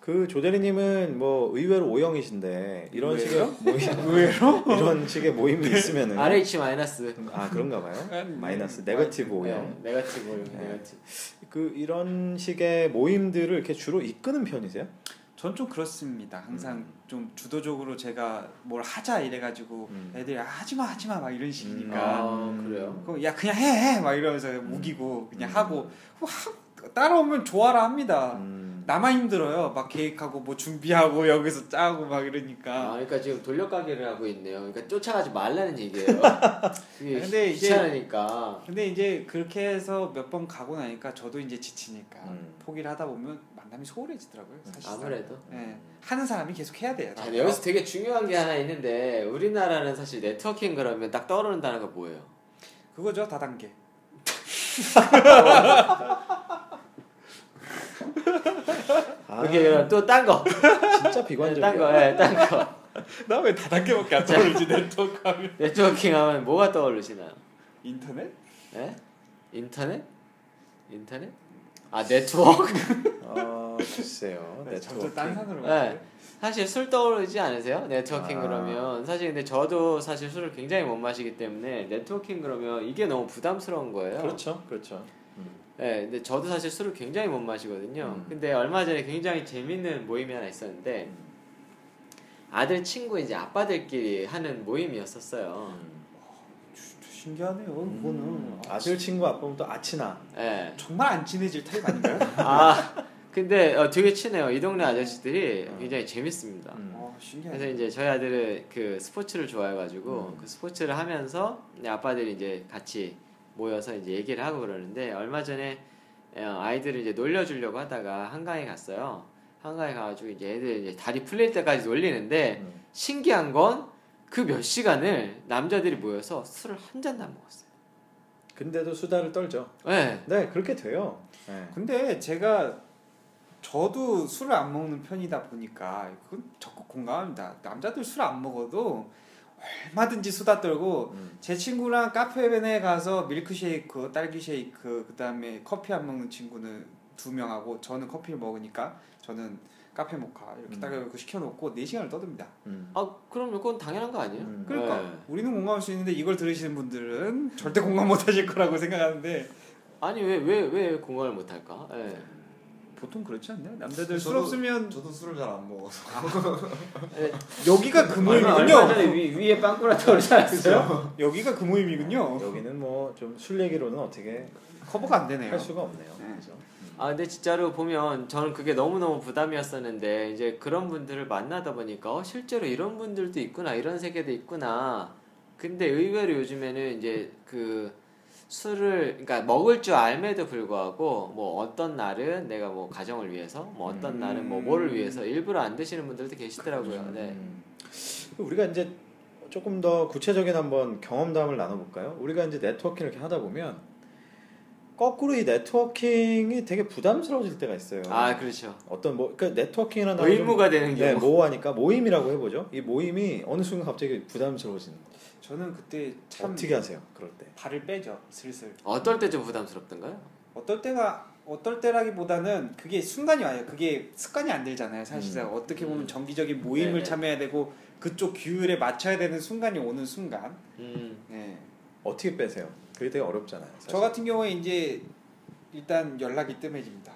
Speaker 1: 그 조대리님은 뭐 의외로 오형이신데 이런 뭐
Speaker 2: 의외로?
Speaker 1: 식의 모임 의외로 이런 식의 모임이 있으면은
Speaker 3: RH 마이너스
Speaker 1: 아 그런가 봐요
Speaker 2: 음.
Speaker 1: 마이너스 네거티브 오형
Speaker 3: 네, 네거티브 오염,
Speaker 1: 네.
Speaker 3: 네거티브
Speaker 1: 그 이런 식의 모임들을 이렇게 주로 이끄는 편이세요?
Speaker 2: 전 좀 그렇습니다. 항상
Speaker 1: 음.
Speaker 2: 좀 주도적으로 제가 뭘 하자 이래가지고
Speaker 1: 음.
Speaker 2: 애들이 아, 하지마 하지마 막 이런 식이니까
Speaker 3: 아, 그래요?
Speaker 2: 그럼 야 그냥 해해 막 이러면서 우기고 그냥
Speaker 1: 음.
Speaker 2: 하고 와, 따라오면 좋아라 합니다.
Speaker 1: 음.
Speaker 2: 나만 힘들어요. 막 계획하고 뭐 준비하고 [LAUGHS] 여기서 짜고 막
Speaker 3: 아,
Speaker 2: 이러니까.
Speaker 3: 그러니까 지금 돌려가기를 하고 있네요. 그러니까 쫓아가지 말라는 얘기예요. 이게
Speaker 2: 근데 이제-
Speaker 3: 귀찮으니까.
Speaker 2: 근데 이제 그렇게 해서 몇 번 가고 나니까 저도 이제 지치니까
Speaker 1: 음.
Speaker 2: 포기를 하다 보면 만남이 소홀해지더라고요. 사실.
Speaker 3: 아무래도.
Speaker 2: 예. 하는 사람이 계속 해야 돼요.
Speaker 3: 자, 근데 여기서 되게 중요한 게 하나 있는데 우리나라는 사실 네트워킹 그러면 딱 떠오르는 단어가 뭐예요?
Speaker 2: 그거죠 다단계.
Speaker 1: 아,
Speaker 3: 그게 또딴 거.
Speaker 1: 진짜
Speaker 3: 딴
Speaker 1: 비관적이야.
Speaker 3: 거. 예, 딴 거.
Speaker 2: 나 왜 다단계밖에 안 떠오르지 네트워크하면?
Speaker 3: 네트워킹 하면 뭐가 떠오르시나요?
Speaker 2: [LAUGHS] 인터넷?
Speaker 3: 예? 인터넷? 인터넷? 아, 네트워크.
Speaker 1: 아, 글쎄요.
Speaker 2: 네, 점점 딴
Speaker 1: 네트워킹.
Speaker 2: 산으로
Speaker 3: 네.
Speaker 2: 가요.
Speaker 3: 사실 술 떠오르지 않으세요? 네트워킹
Speaker 1: 아.
Speaker 3: 그러면 사실 근데 저도 사실 술을 굉장히 못 마시기 때문에 네트워킹 그러면 이게 너무 부담스러운 거예요.
Speaker 1: 그렇죠, 그렇죠. 음.
Speaker 3: 네, 근데 저도 사실 술을 굉장히 못 마시거든요.
Speaker 1: 음.
Speaker 3: 근데 얼마 전에 굉장히 재밌는 모임이 하나 있었는데 아들 친구 이제 아빠들끼리 하는 모임이었었어요.
Speaker 1: 음.
Speaker 2: 주- 주- 신기하네요. 이거는 아,
Speaker 1: 아들 친구 아빠면 또 아치나.
Speaker 3: 네.
Speaker 2: 정말 안 친해질 타입 아닌가요?
Speaker 3: 아 근데 어, 되게 친해요. 이 동네 아저씨들이
Speaker 1: 음.
Speaker 3: 굉장히 재밌습니다.
Speaker 1: 음.
Speaker 2: 어,
Speaker 3: 그래서
Speaker 2: 신기하네.
Speaker 3: 이제 저희 아들은 그 스포츠를 좋아해가지고
Speaker 1: 음.
Speaker 3: 그 스포츠를 하면서 이제 아빠들이 이제 같이 모여서 이제 얘기를 하고 그러는데 얼마 전에 어, 아이들을 이제 놀려주려고 하다가 한강에 갔어요. 한강에 가가지고 이제 애들 이제 다리 풀릴 때까지 놀리는데
Speaker 1: 음.
Speaker 3: 신기한 건 그 몇 시간을 남자들이 모여서 술을 한 잔도 안 먹었어요.
Speaker 1: 근데도 수다를 떨죠.
Speaker 3: 네.
Speaker 1: 네, 그렇게 돼요. 네.
Speaker 2: 근데 제가 저도 술을 안 먹는 편이다 보니까 그건 적극 공감합니다. 남자들 술 안 먹어도 얼마든지 수다 떨고
Speaker 1: 음.
Speaker 2: 제 친구랑 카페벤에 가서 밀크쉐이크, 딸기 쉐이크, 그다음에 커피 안 먹는 친구는 두 명하고 저는 커피를 먹으니까 저는 카페 모카 이렇게
Speaker 1: 음.
Speaker 2: 딸기 쉐이크 시켜놓고 4 시간을 떠듭니다.
Speaker 1: 음.
Speaker 3: 아 그럼 이건 당연한 거 아니에요?
Speaker 1: 음.
Speaker 2: 그러니까
Speaker 3: 네.
Speaker 2: 우리는 공감할 수 있는데 이걸 들으시는 분들은 절대 공감 못하실 거라고 생각하는데
Speaker 3: 아니 왜 왜 왜 공감을 못할까? 네.
Speaker 2: 보통 그렇지 않나요? 남자들 술
Speaker 4: 저도-
Speaker 2: 없으면
Speaker 4: 저도 술을 잘 안 먹어서
Speaker 2: 여기가 그
Speaker 3: 얼마,
Speaker 2: 모임이군요.
Speaker 3: 얼마 전에 위, 위에 빵꾸나 떨어지 않았어요?
Speaker 2: 여기가 그 모임이군요.
Speaker 1: 여기는 뭐 좀 술 얘기로는 어떻게
Speaker 2: 커버가 안 되네요.
Speaker 1: 할 수가 없네요.
Speaker 2: 네.
Speaker 1: 그죠? 음.
Speaker 3: 아 근데 진짜로 보면 저는 그게 너무너무 부담이었었는데 이제 그런 분들을 만나다 보니까 어, 실제로 이런 분들도 있구나 이런 세계도 있구나 근데 의외로 요즘에는 이제 그 술을 그러니까 먹을 줄 알매도 불구하고 뭐 어떤 날은 내가 뭐 가정을 위해서 뭐 어떤
Speaker 2: 음.
Speaker 3: 날은 뭐 뭐를 위해서 일부러 안 드시는 분들도 계시더라고요 네.
Speaker 1: 음. 우리가 이제 조금 더 구체적인 한번 경험담을 나눠볼까요? 우리가 이제 네트워킹을 이렇게 하다 보면 거꾸로 이 네트워킹이 되게 부담스러워질 때가 있어요.
Speaker 3: 아 그렇죠
Speaker 1: 어떤 뭐 그러니까 네트워킹이라는 단어가 좀-
Speaker 3: 의무가 되는
Speaker 1: 네,
Speaker 3: 경우
Speaker 2: 뭐
Speaker 1: 모호하니까 모임이라고 해보죠. 이 모임이 어느 순간 갑자기 부담스러워지는. 거예요.
Speaker 2: 저는 그때 참
Speaker 1: 어떻게 하세요? 그럴 때.
Speaker 2: 발을 빼죠. 슬슬.
Speaker 3: 어떨 때 좀 부담스럽던가요?
Speaker 2: 어떨 때가 어떨 때라기보다는 그게 순간이 와요. 그게 습관이 안 들잖아요. 사실상 어떻게 보면 정기적인 모임을
Speaker 3: 네네.
Speaker 2: 참여해야 되고 그쪽 기율에 맞춰야 되는 순간이 오는 순간.
Speaker 3: 음
Speaker 2: 네.
Speaker 1: 어떻게 빼세요? 그게 되게 어렵잖아요. 사실.
Speaker 2: 저 같은 경우에 이제 일단 연락이 뜸해집니다.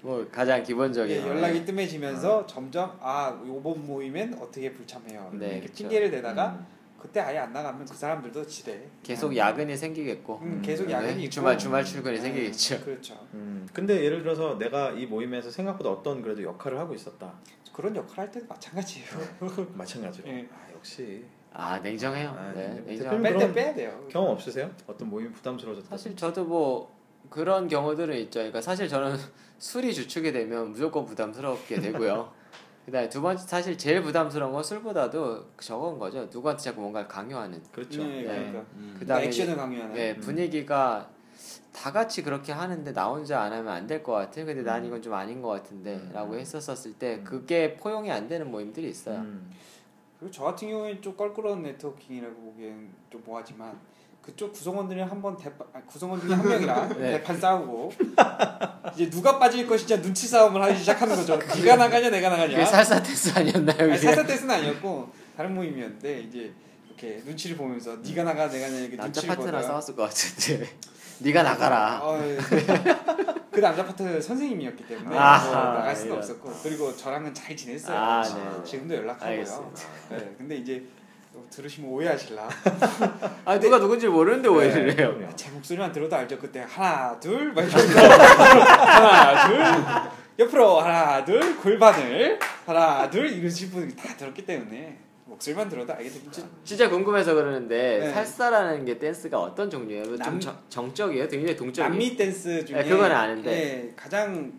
Speaker 3: 뭐 가장 기본적인 어,
Speaker 2: 예, 연락이 뜸해지면서 점점 아 이번 모임엔 어떻게 불참해요.
Speaker 3: 네,
Speaker 2: 이렇게
Speaker 3: 그쵸.
Speaker 2: 핑계를 대다가
Speaker 1: 음.
Speaker 2: 그때 아예 안 나가면 그 사람들도 지대.
Speaker 3: 계속
Speaker 2: 음.
Speaker 3: 야근이 생기겠고
Speaker 2: 음, 계속
Speaker 1: 네,
Speaker 2: 야근이 있고.
Speaker 3: 주말 주말 출근이
Speaker 2: 네,
Speaker 3: 생기겠죠.
Speaker 2: 그렇죠.
Speaker 1: 음, 근데 예를 들어서 내가 이 모임에서 생각보다 어떤 그래도 역할을 하고 있었다.
Speaker 3: 음.
Speaker 2: 그런 역할 할 때도 마찬가지예요.
Speaker 1: [LAUGHS] 마찬가지로.
Speaker 2: 예.
Speaker 1: 아, 역시
Speaker 3: 아 냉정해요.
Speaker 1: 아,
Speaker 3: 네,
Speaker 1: 네. 대표님,
Speaker 3: 냉정.
Speaker 2: 뺄 때
Speaker 1: 그럼-
Speaker 2: 빼야 돼요.
Speaker 1: 경험 없으세요? 어떤 모임이 부담스러워졌다.
Speaker 3: 사실 저도 뭐 그런 경우들은 있죠. 그러니까 사실 저는 [LAUGHS] 술이 주축이 되면 무조건 부담스럽게 되고요.
Speaker 2: [LAUGHS]
Speaker 3: 그다음에 두 번째 사실 제일 부담스러운 건 술보다도 저건 거죠. 누구한테 자꾸 뭔가를 강요하는.
Speaker 1: 그렇죠.
Speaker 2: 네, 그러니까.
Speaker 4: 음.
Speaker 3: 그다음에
Speaker 2: 그다음에 액션을 강요하는.
Speaker 3: 네, 분위기가 다 같이 그렇게 하는데 나 혼자 안 하면 안 될 것 같아. 근데 난 이건 좀 아닌 것
Speaker 1: 음.
Speaker 3: 같은데라고 했었었을 때
Speaker 1: 음.
Speaker 3: 그게 포용이 안 되는 모임들이 있어요.
Speaker 1: 음.
Speaker 2: 그리고 저 같은 경우에는 좀 껄끄러운 네트워킹이라고 보기엔 좀 뭐하지만 그쪽 구성원들이 한번 대판 아니, 구성원 중에 한 명이랑
Speaker 3: [LAUGHS] 네.
Speaker 2: 대판 싸우고 이제 누가 빠질 것이냐 눈치 싸움을 하기 시작하는 거죠. 네가 나가냐 내가
Speaker 3: 그게
Speaker 2: 나가냐.
Speaker 3: 살사테스 아니었나요?
Speaker 2: 아니,
Speaker 3: 그게?
Speaker 2: 살사 테스는 아니었고 다른 모임이었는데 이제 이렇게 눈치를 보면서 네가 나가 내가 나가 이렇게
Speaker 3: 남자
Speaker 2: 눈치를
Speaker 3: 파트너랑
Speaker 2: 보다가
Speaker 3: 싸웠을 것 같은데 [LAUGHS] 네가 나가라.
Speaker 2: 어, 예. [LAUGHS] 그 남자 파트너 선생님이었기 때문에
Speaker 3: 아하, 예.
Speaker 2: 뭐 나갈 수도
Speaker 1: 이런.
Speaker 2: 없었고 그리고 저랑은 잘 지냈어요.
Speaker 3: 아,
Speaker 4: 네.
Speaker 2: 지금도 연락하고요.
Speaker 3: 알겠습니다.
Speaker 2: 네, 근데 이제 들으시면 오해하실라.
Speaker 3: 아 누가 누군지 모르는데
Speaker 2: 네.
Speaker 3: 오해를 해요.
Speaker 1: 그럼요.
Speaker 2: 제 목소리만 들어도 알죠 그때 하나 둘막 이러면서 하나 둘 옆으로 하나 둘 골반을 하나 둘 이런 식으로 다 들었기 때문에 목소리만 들어도 알게 되겠죠
Speaker 3: 진짜 궁금해서 그러는데
Speaker 2: 네.
Speaker 3: 살사라는 게 댄스가 어떤 종류예요? 좀
Speaker 2: 남-
Speaker 3: 정, 정적이에요? 굉장히 동적이에요?
Speaker 2: 남미 댄스 중에
Speaker 3: 네, 그건 아는데.
Speaker 2: 예, 가장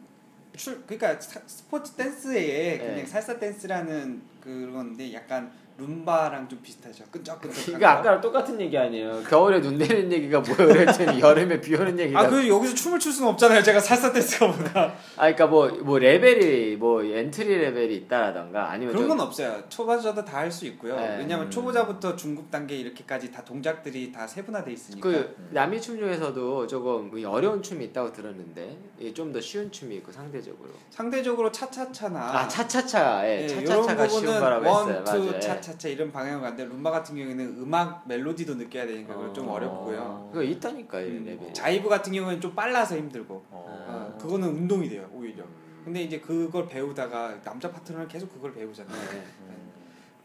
Speaker 2: 출 그러니까 사- 스포츠 댄스에 그냥
Speaker 3: 네.
Speaker 2: 살사 댄스라는 그건데 약간 룸바랑 좀 비슷하죠 끈적끈적한
Speaker 3: 그러니까 아까랑 똑같은 얘기 아니에요. 겨울에 눈 내리는 얘기가 뭐예요? 그랬더니 여름에 비 오는 얘기가 아, 그...
Speaker 2: 아그 여기서 춤을 출 수는 없잖아요 제가 살사 댄스가 뭐다
Speaker 3: 러니까 뭐, 뭐 레벨이 뭐 엔트리 레벨이 있다라던가 아니면
Speaker 2: 그런
Speaker 3: 좀
Speaker 2: 건 없어요. 초보자도 다 할 수 있고요.
Speaker 3: 네.
Speaker 2: 왜냐하면
Speaker 1: 음.
Speaker 2: 초보자부터 중급 단계 이렇게까지 다 동작들이 다 세분화돼 있으니까.
Speaker 3: 그 남미 춤 중에서도 조금 어려운 춤이 있다고 들었는데 좀 더 쉬운 춤이 있고 상대적으로
Speaker 2: 상대적으로
Speaker 3: 아,
Speaker 2: 차차차나
Speaker 3: 차차차 예,
Speaker 2: 예,
Speaker 3: 차차차가 쉬운 거라고 했어요 예.
Speaker 2: 원,
Speaker 3: 맞아요.
Speaker 2: 투, 차차차 이런 방향으로 가는데 룸바 같은 경우에는 음악 멜로디도 느껴야 되니까 그건 좀
Speaker 3: 어.
Speaker 2: 어렵고요.
Speaker 3: 그거 있다니까요
Speaker 2: 음,
Speaker 3: 레벨
Speaker 2: 자이브 같은 경우에는 좀 빨라서 힘들고
Speaker 3: 아,
Speaker 2: 어,
Speaker 1: 어.
Speaker 2: 그거는 운동이 돼요 오히려.
Speaker 1: 음.
Speaker 2: 근데 이제 그걸 배우다가 남자 파트너는 계속 그걸
Speaker 3: 예,
Speaker 2: 배우잖아요.
Speaker 3: 네.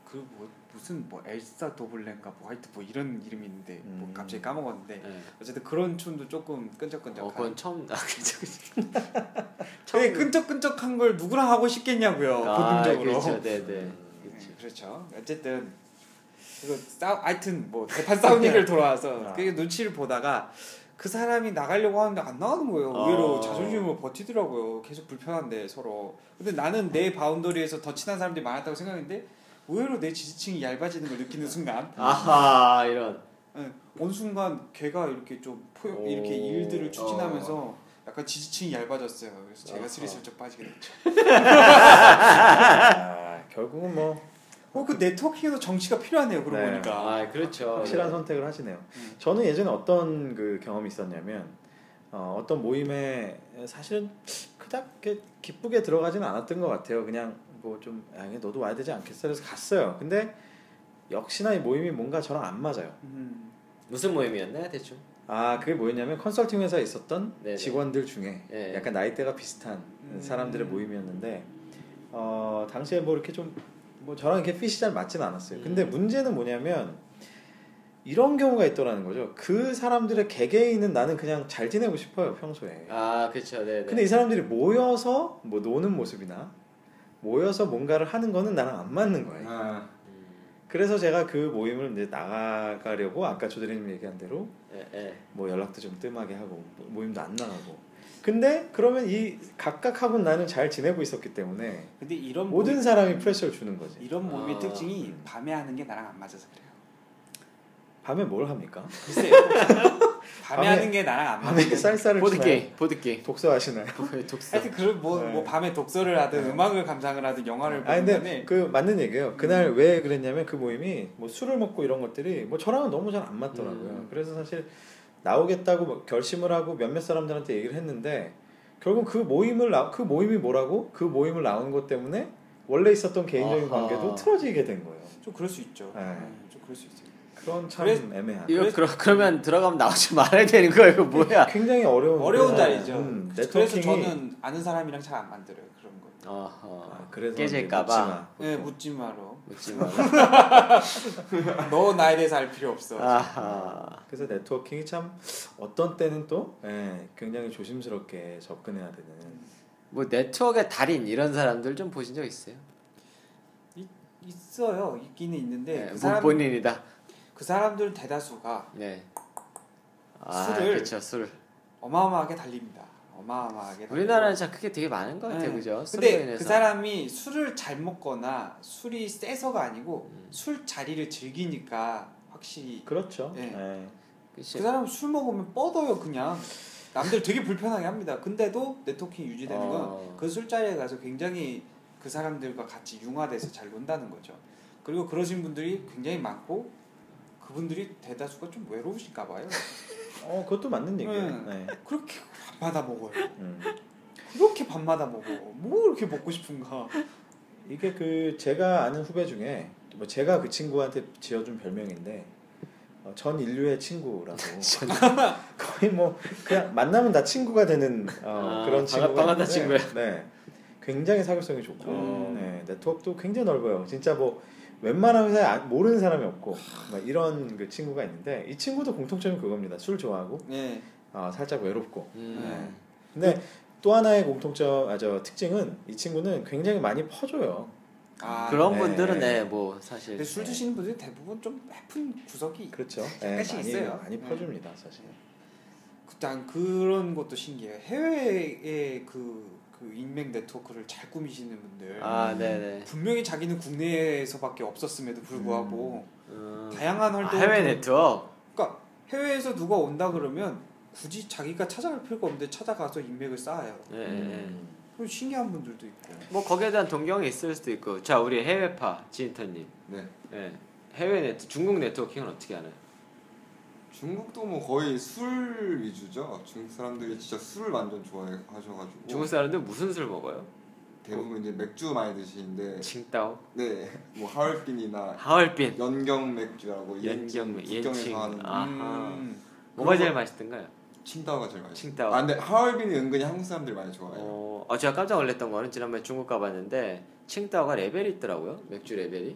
Speaker 2: 그 뭐 무슨 뭐 엘사 도블렌가 뭐 하여튼 뭐 이런 이름이 있는데 뭐
Speaker 1: 음.
Speaker 2: 갑자기 까먹었는데
Speaker 3: 네.
Speaker 2: 어쨌든 그런 춤도 조금 끈적끈적한.
Speaker 3: 어, 그건 처음 아, 그쵸, 그쵸.
Speaker 2: 왜 끈적끈적한 걸 누구랑 하고 싶겠냐고요. 어, 본능적으로.
Speaker 3: 아, 그렇죠, 네, 네.
Speaker 2: 네, 그렇죠. 어쨌든 그거 싸 하여튼 뭐 대판
Speaker 3: [LAUGHS]
Speaker 2: 싸움
Speaker 3: 네.
Speaker 2: 얘기를 돌아와서
Speaker 1: 아.
Speaker 2: 그 눈치를 보다가 그 사람이 나가려고 하는데 안 나가는 거예요. 의외로
Speaker 3: 아.
Speaker 2: 자존심으로 버티더라고요. 계속 불편한데 서로. 근데 나는 내 바운더리에서 더 친한 사람들이 많았다고 생각했는데 의외로 내 지지층이 얇아지는 걸 느끼는 순간
Speaker 3: 아하 이런.
Speaker 2: 예, 온 순간 걔가 이렇게 좀 포용,
Speaker 3: 오. 어.
Speaker 2: 이렇게 일들을 추진하면서 약간 지지층이 얇아졌어요. 그래서 제가
Speaker 3: 아하.
Speaker 2: 슬슬쩍 빠지게 됐죠.
Speaker 1: 아, 결국은 뭐
Speaker 2: 어, 그 네트워킹에서 정치가 필요하네요. 그러고
Speaker 1: 네.
Speaker 2: 보니까.
Speaker 3: 아 그렇죠.
Speaker 1: 확실한
Speaker 3: 네.
Speaker 1: 선택을 하시네요.
Speaker 2: 음.
Speaker 1: 저는 예전에 어떤 그 경험이 있었냐면 어, 어떤 모임에 사실은 그닥 이렇게 기쁘게 들어가지는 않았던 것 같아요. 그냥 뭐좀 아, 그냥 너도 와야 되지 않겠어? 그래서 갔어요. 근데 역시나 이 모임이 뭔가 저랑 안 맞아요.
Speaker 2: 음.
Speaker 3: 무슨 모임이었나요 대충?
Speaker 1: 아 그게 뭐였냐면 컨설팅 회사에 있었던
Speaker 3: 네네.
Speaker 1: 직원들 중에
Speaker 3: 네.
Speaker 1: 약간 나이대가 비슷한
Speaker 2: 음.
Speaker 1: 사람들의 모임이었는데 어, 당시에 뭐 이렇게 좀 뭐 저랑 이렇게 핏이 잘 맞진 않았어요. 근데
Speaker 3: 음.
Speaker 1: 문제는 뭐냐면 이런 경우가 있더라는 거죠. 그 사람들의 개개인은 나는 그냥 잘 지내고 싶어요 평소에.
Speaker 3: 아 그렇죠, 네. 네.
Speaker 1: 근데 이 사람들이 모여서 뭐 노는 모습이나 모여서 뭔가를 하는 거는 나랑 안 맞는 거예요.
Speaker 4: 아,
Speaker 3: 음,
Speaker 1: 그래서 제가 그 모임을 이제 나가려고 아까 조대리님 얘기한 대로
Speaker 3: 예, 예.
Speaker 1: 뭐 연락도 좀 뜸하게 하고 뭐 모임도 안 나가고 근데 그러면 이 각각하고 나는 잘 지내고 있었기 때문에
Speaker 2: 근데 이런
Speaker 1: 모든 사람이 프레셔를 주는 거지
Speaker 2: 이런 몸의
Speaker 3: 아.
Speaker 2: 특징이
Speaker 1: 음.
Speaker 2: 밤에 하는 게 나랑 안 맞아서 그래요.
Speaker 1: 밤에 뭘 합니까?
Speaker 2: 글쎄요. 밤에
Speaker 1: 밤에-
Speaker 2: 하는 게 나랑 안
Speaker 1: 밤에
Speaker 2: 맞아요.
Speaker 1: 쌀쌀을
Speaker 3: 보드
Speaker 1: 치나요?
Speaker 3: 게임,
Speaker 1: [LAUGHS]
Speaker 3: 보드 게임.
Speaker 1: 독서하시나요?
Speaker 3: 독서.
Speaker 2: 하여튼 그런 뭐,
Speaker 1: 네.
Speaker 2: 뭐 밤에 독서를 하든 음악을 감상을 하든 영화를
Speaker 1: 아
Speaker 2: 보는
Speaker 1: 근데
Speaker 2: 간에
Speaker 1: 그 맞는 얘기예요 그날 왜 그랬냐면 그 모임이 뭐 술을 먹고 이런 것들이 뭐 저랑은 너무 잘 안 맞더라고요
Speaker 3: 음.
Speaker 1: 그래서 사실 나오겠다고 뭐 결심을 하고 몇몇 사람들한테 얘기를 했는데 결국 그 모임을 나, 그 모임이 뭐라고 그 모임을 나온 것 때문에 원래 있었던 개인적인
Speaker 3: 아하.
Speaker 1: 관계도 틀어지게 된 거예요
Speaker 2: 좀 그럴 수 있죠.
Speaker 1: 네.
Speaker 2: 음, 좀 그럴 수 있어요.
Speaker 1: 그런 참
Speaker 2: 그래서
Speaker 1: 애매한
Speaker 3: 이거 그러, 그러면 들어가면 나오지 말아야 되는 거예요.
Speaker 1: [LAUGHS]
Speaker 3: 이거 뭐야?
Speaker 1: 굉장히 어려운
Speaker 2: 어려운
Speaker 1: 네.
Speaker 2: 자리죠.
Speaker 1: 음,
Speaker 2: 그래서
Speaker 1: 네트워킹이-
Speaker 2: 저는 아는 사람이랑 잘 안 만들어요. 그런 거.
Speaker 3: 어허.
Speaker 1: 아, 그래서
Speaker 3: 깨질까
Speaker 1: 이제 묻지
Speaker 3: 봐.
Speaker 1: 마.
Speaker 2: 네, 묻지 마로.
Speaker 3: 묻지 마.
Speaker 2: 너 나에 대해서 알 필요 없어.
Speaker 3: 아하.
Speaker 1: 그래서 네트워킹이 참 어떤 때는 또 예, 굉장히 조심스럽게 접근해야 되는
Speaker 3: 뭐 네트워크의 달인 이런 사람들 좀 보신 적 있어요?
Speaker 2: 있어요. 있기는 있는데
Speaker 3: 네,
Speaker 2: 그 사람
Speaker 3: 본인이다.
Speaker 2: 그 사람들 대다수가
Speaker 3: 네. 아,
Speaker 2: 술을-
Speaker 3: 그렇죠. 술.
Speaker 2: 어마어마하게 달립니다. 어마어마하게. 달리고.
Speaker 3: 우리나라는 참 그게 되게 많은 것 같아요,
Speaker 2: 네.
Speaker 3: 그죠? 술로
Speaker 2: 근데
Speaker 3: 인해서.
Speaker 2: 그 사람이 술을 잘 먹거나 술이 세서가 아니고
Speaker 3: 음.
Speaker 2: 술 자리를 즐기니까 확실히
Speaker 1: 그렇죠.
Speaker 2: 네.
Speaker 1: 네.
Speaker 3: 그치.
Speaker 2: 그 사람 술 먹으면 뻗어요 그냥 남들 되게 불편하게 합니다. 근데도 네트워킹 유지되는
Speaker 3: 어.
Speaker 2: 건 그 술자리에 가서 굉장히 그 사람들과 같이 융화돼서 잘 논다는 거죠. 그리고 그러신 분들이 굉장히 많고 그분들이 대다수가 좀 외로우실까 봐요.
Speaker 1: 어 그것도 맞는 얘기예요. 네.
Speaker 2: 그렇게 밤마다 먹어요.
Speaker 1: 음.
Speaker 2: 그렇게 밤마다 먹어. 뭐 이렇게 먹고 싶은가.
Speaker 1: 이게 그 제가 아는 후배 중에 뭐 제가 그 친구한테 지어준 별명인데 어, 전 인류의
Speaker 3: [LAUGHS]
Speaker 1: 친구라고 [LAUGHS] 거의 뭐 그냥 만나면 다 친구가 되는 어,
Speaker 3: 아,
Speaker 1: 그런
Speaker 3: 방아-
Speaker 1: 친구가
Speaker 3: 방아다
Speaker 1: 있는데,
Speaker 3: 친구야.
Speaker 1: 네, 굉장히 사교성이 좋고
Speaker 3: 음.
Speaker 1: 네, 네트워크도 굉장히 넓어요. 진짜 뭐 웬만한 회사에 아- 모르는 사람이 없고 막 이런 그 친구가 있는데 이 친구도 공통점이 그겁니다. 술 좋아하고
Speaker 2: 네.
Speaker 1: 어, 살짝 외롭고
Speaker 3: 음.
Speaker 1: 근데 또 하나의 공통점 아 저 특징은 이 친구는 굉장히 많이 퍼줘요.
Speaker 2: 아,
Speaker 3: 그런
Speaker 1: 네.
Speaker 3: 분들은 네, 뭐 사실
Speaker 2: 근데 술
Speaker 3: 네.
Speaker 2: 드시는 분들이 대부분 좀 해픈 구석이
Speaker 1: 그렇죠. 네,
Speaker 2: 약간씩
Speaker 1: 많이
Speaker 2: 있어요.
Speaker 1: 많이
Speaker 2: 네.
Speaker 1: 퍼줍니다, 사실.
Speaker 2: 난 그런 것도 신기해요. 해외의 그, 그 인맥 네트워크를 잘 꾸미시는 분들
Speaker 3: 아, 네, 네.
Speaker 2: 분명히 자기는 국내에서밖에 없었음에도 불구하고
Speaker 3: 음.
Speaker 2: 다양한
Speaker 3: 아,
Speaker 2: 활동
Speaker 3: 해외 네트워크.
Speaker 2: 그러니까 해외에서 누가 온다 그러면 굳이 자기가 찾아갈 필요가 없는데 찾아가서 인맥을 쌓아요.
Speaker 3: 네, 네.
Speaker 2: 음.
Speaker 3: 네.
Speaker 1: 음,
Speaker 2: 그리고 신기한 분들도 있고.
Speaker 3: 뭐 거기에 대한 동경이 있을 수도 있고. 자, 우리 해외파 지인터님.
Speaker 4: 네.
Speaker 3: 네. 해외 네트 중국 네트워킹은 어떻게 하나요?
Speaker 4: 중국도 뭐 거의 술 위주죠. 중국 사람들이 진짜 술을 완전 좋아하셔가지고
Speaker 2: 뭐-
Speaker 3: 중국 사람들 무슨 술 먹어요?
Speaker 4: 대부분 이제 맥주 많이 드시는데
Speaker 3: 칭따오,
Speaker 4: 네 뭐
Speaker 2: 아.
Speaker 4: 하얼빈이나
Speaker 3: 하얼빈,
Speaker 4: 연경 맥주라고
Speaker 3: 연경,
Speaker 4: 북경에서
Speaker 3: 연칭.
Speaker 4: 하는
Speaker 3: 아.
Speaker 2: 음.
Speaker 3: 뭐가
Speaker 4: 그거-
Speaker 3: 제일 맛있던가요?
Speaker 4: 칭다오가 제일 많이.
Speaker 3: 칭따오.
Speaker 4: 아 근데 하얼빈이 은근히 한국 사람들이 많이 좋아해요.
Speaker 3: 어, 아, 제가 깜짝 놀랐던 거는 지난번에 중국 가봤는데 칭따오가 레벨이 있더라고요. 맥주 레벨이.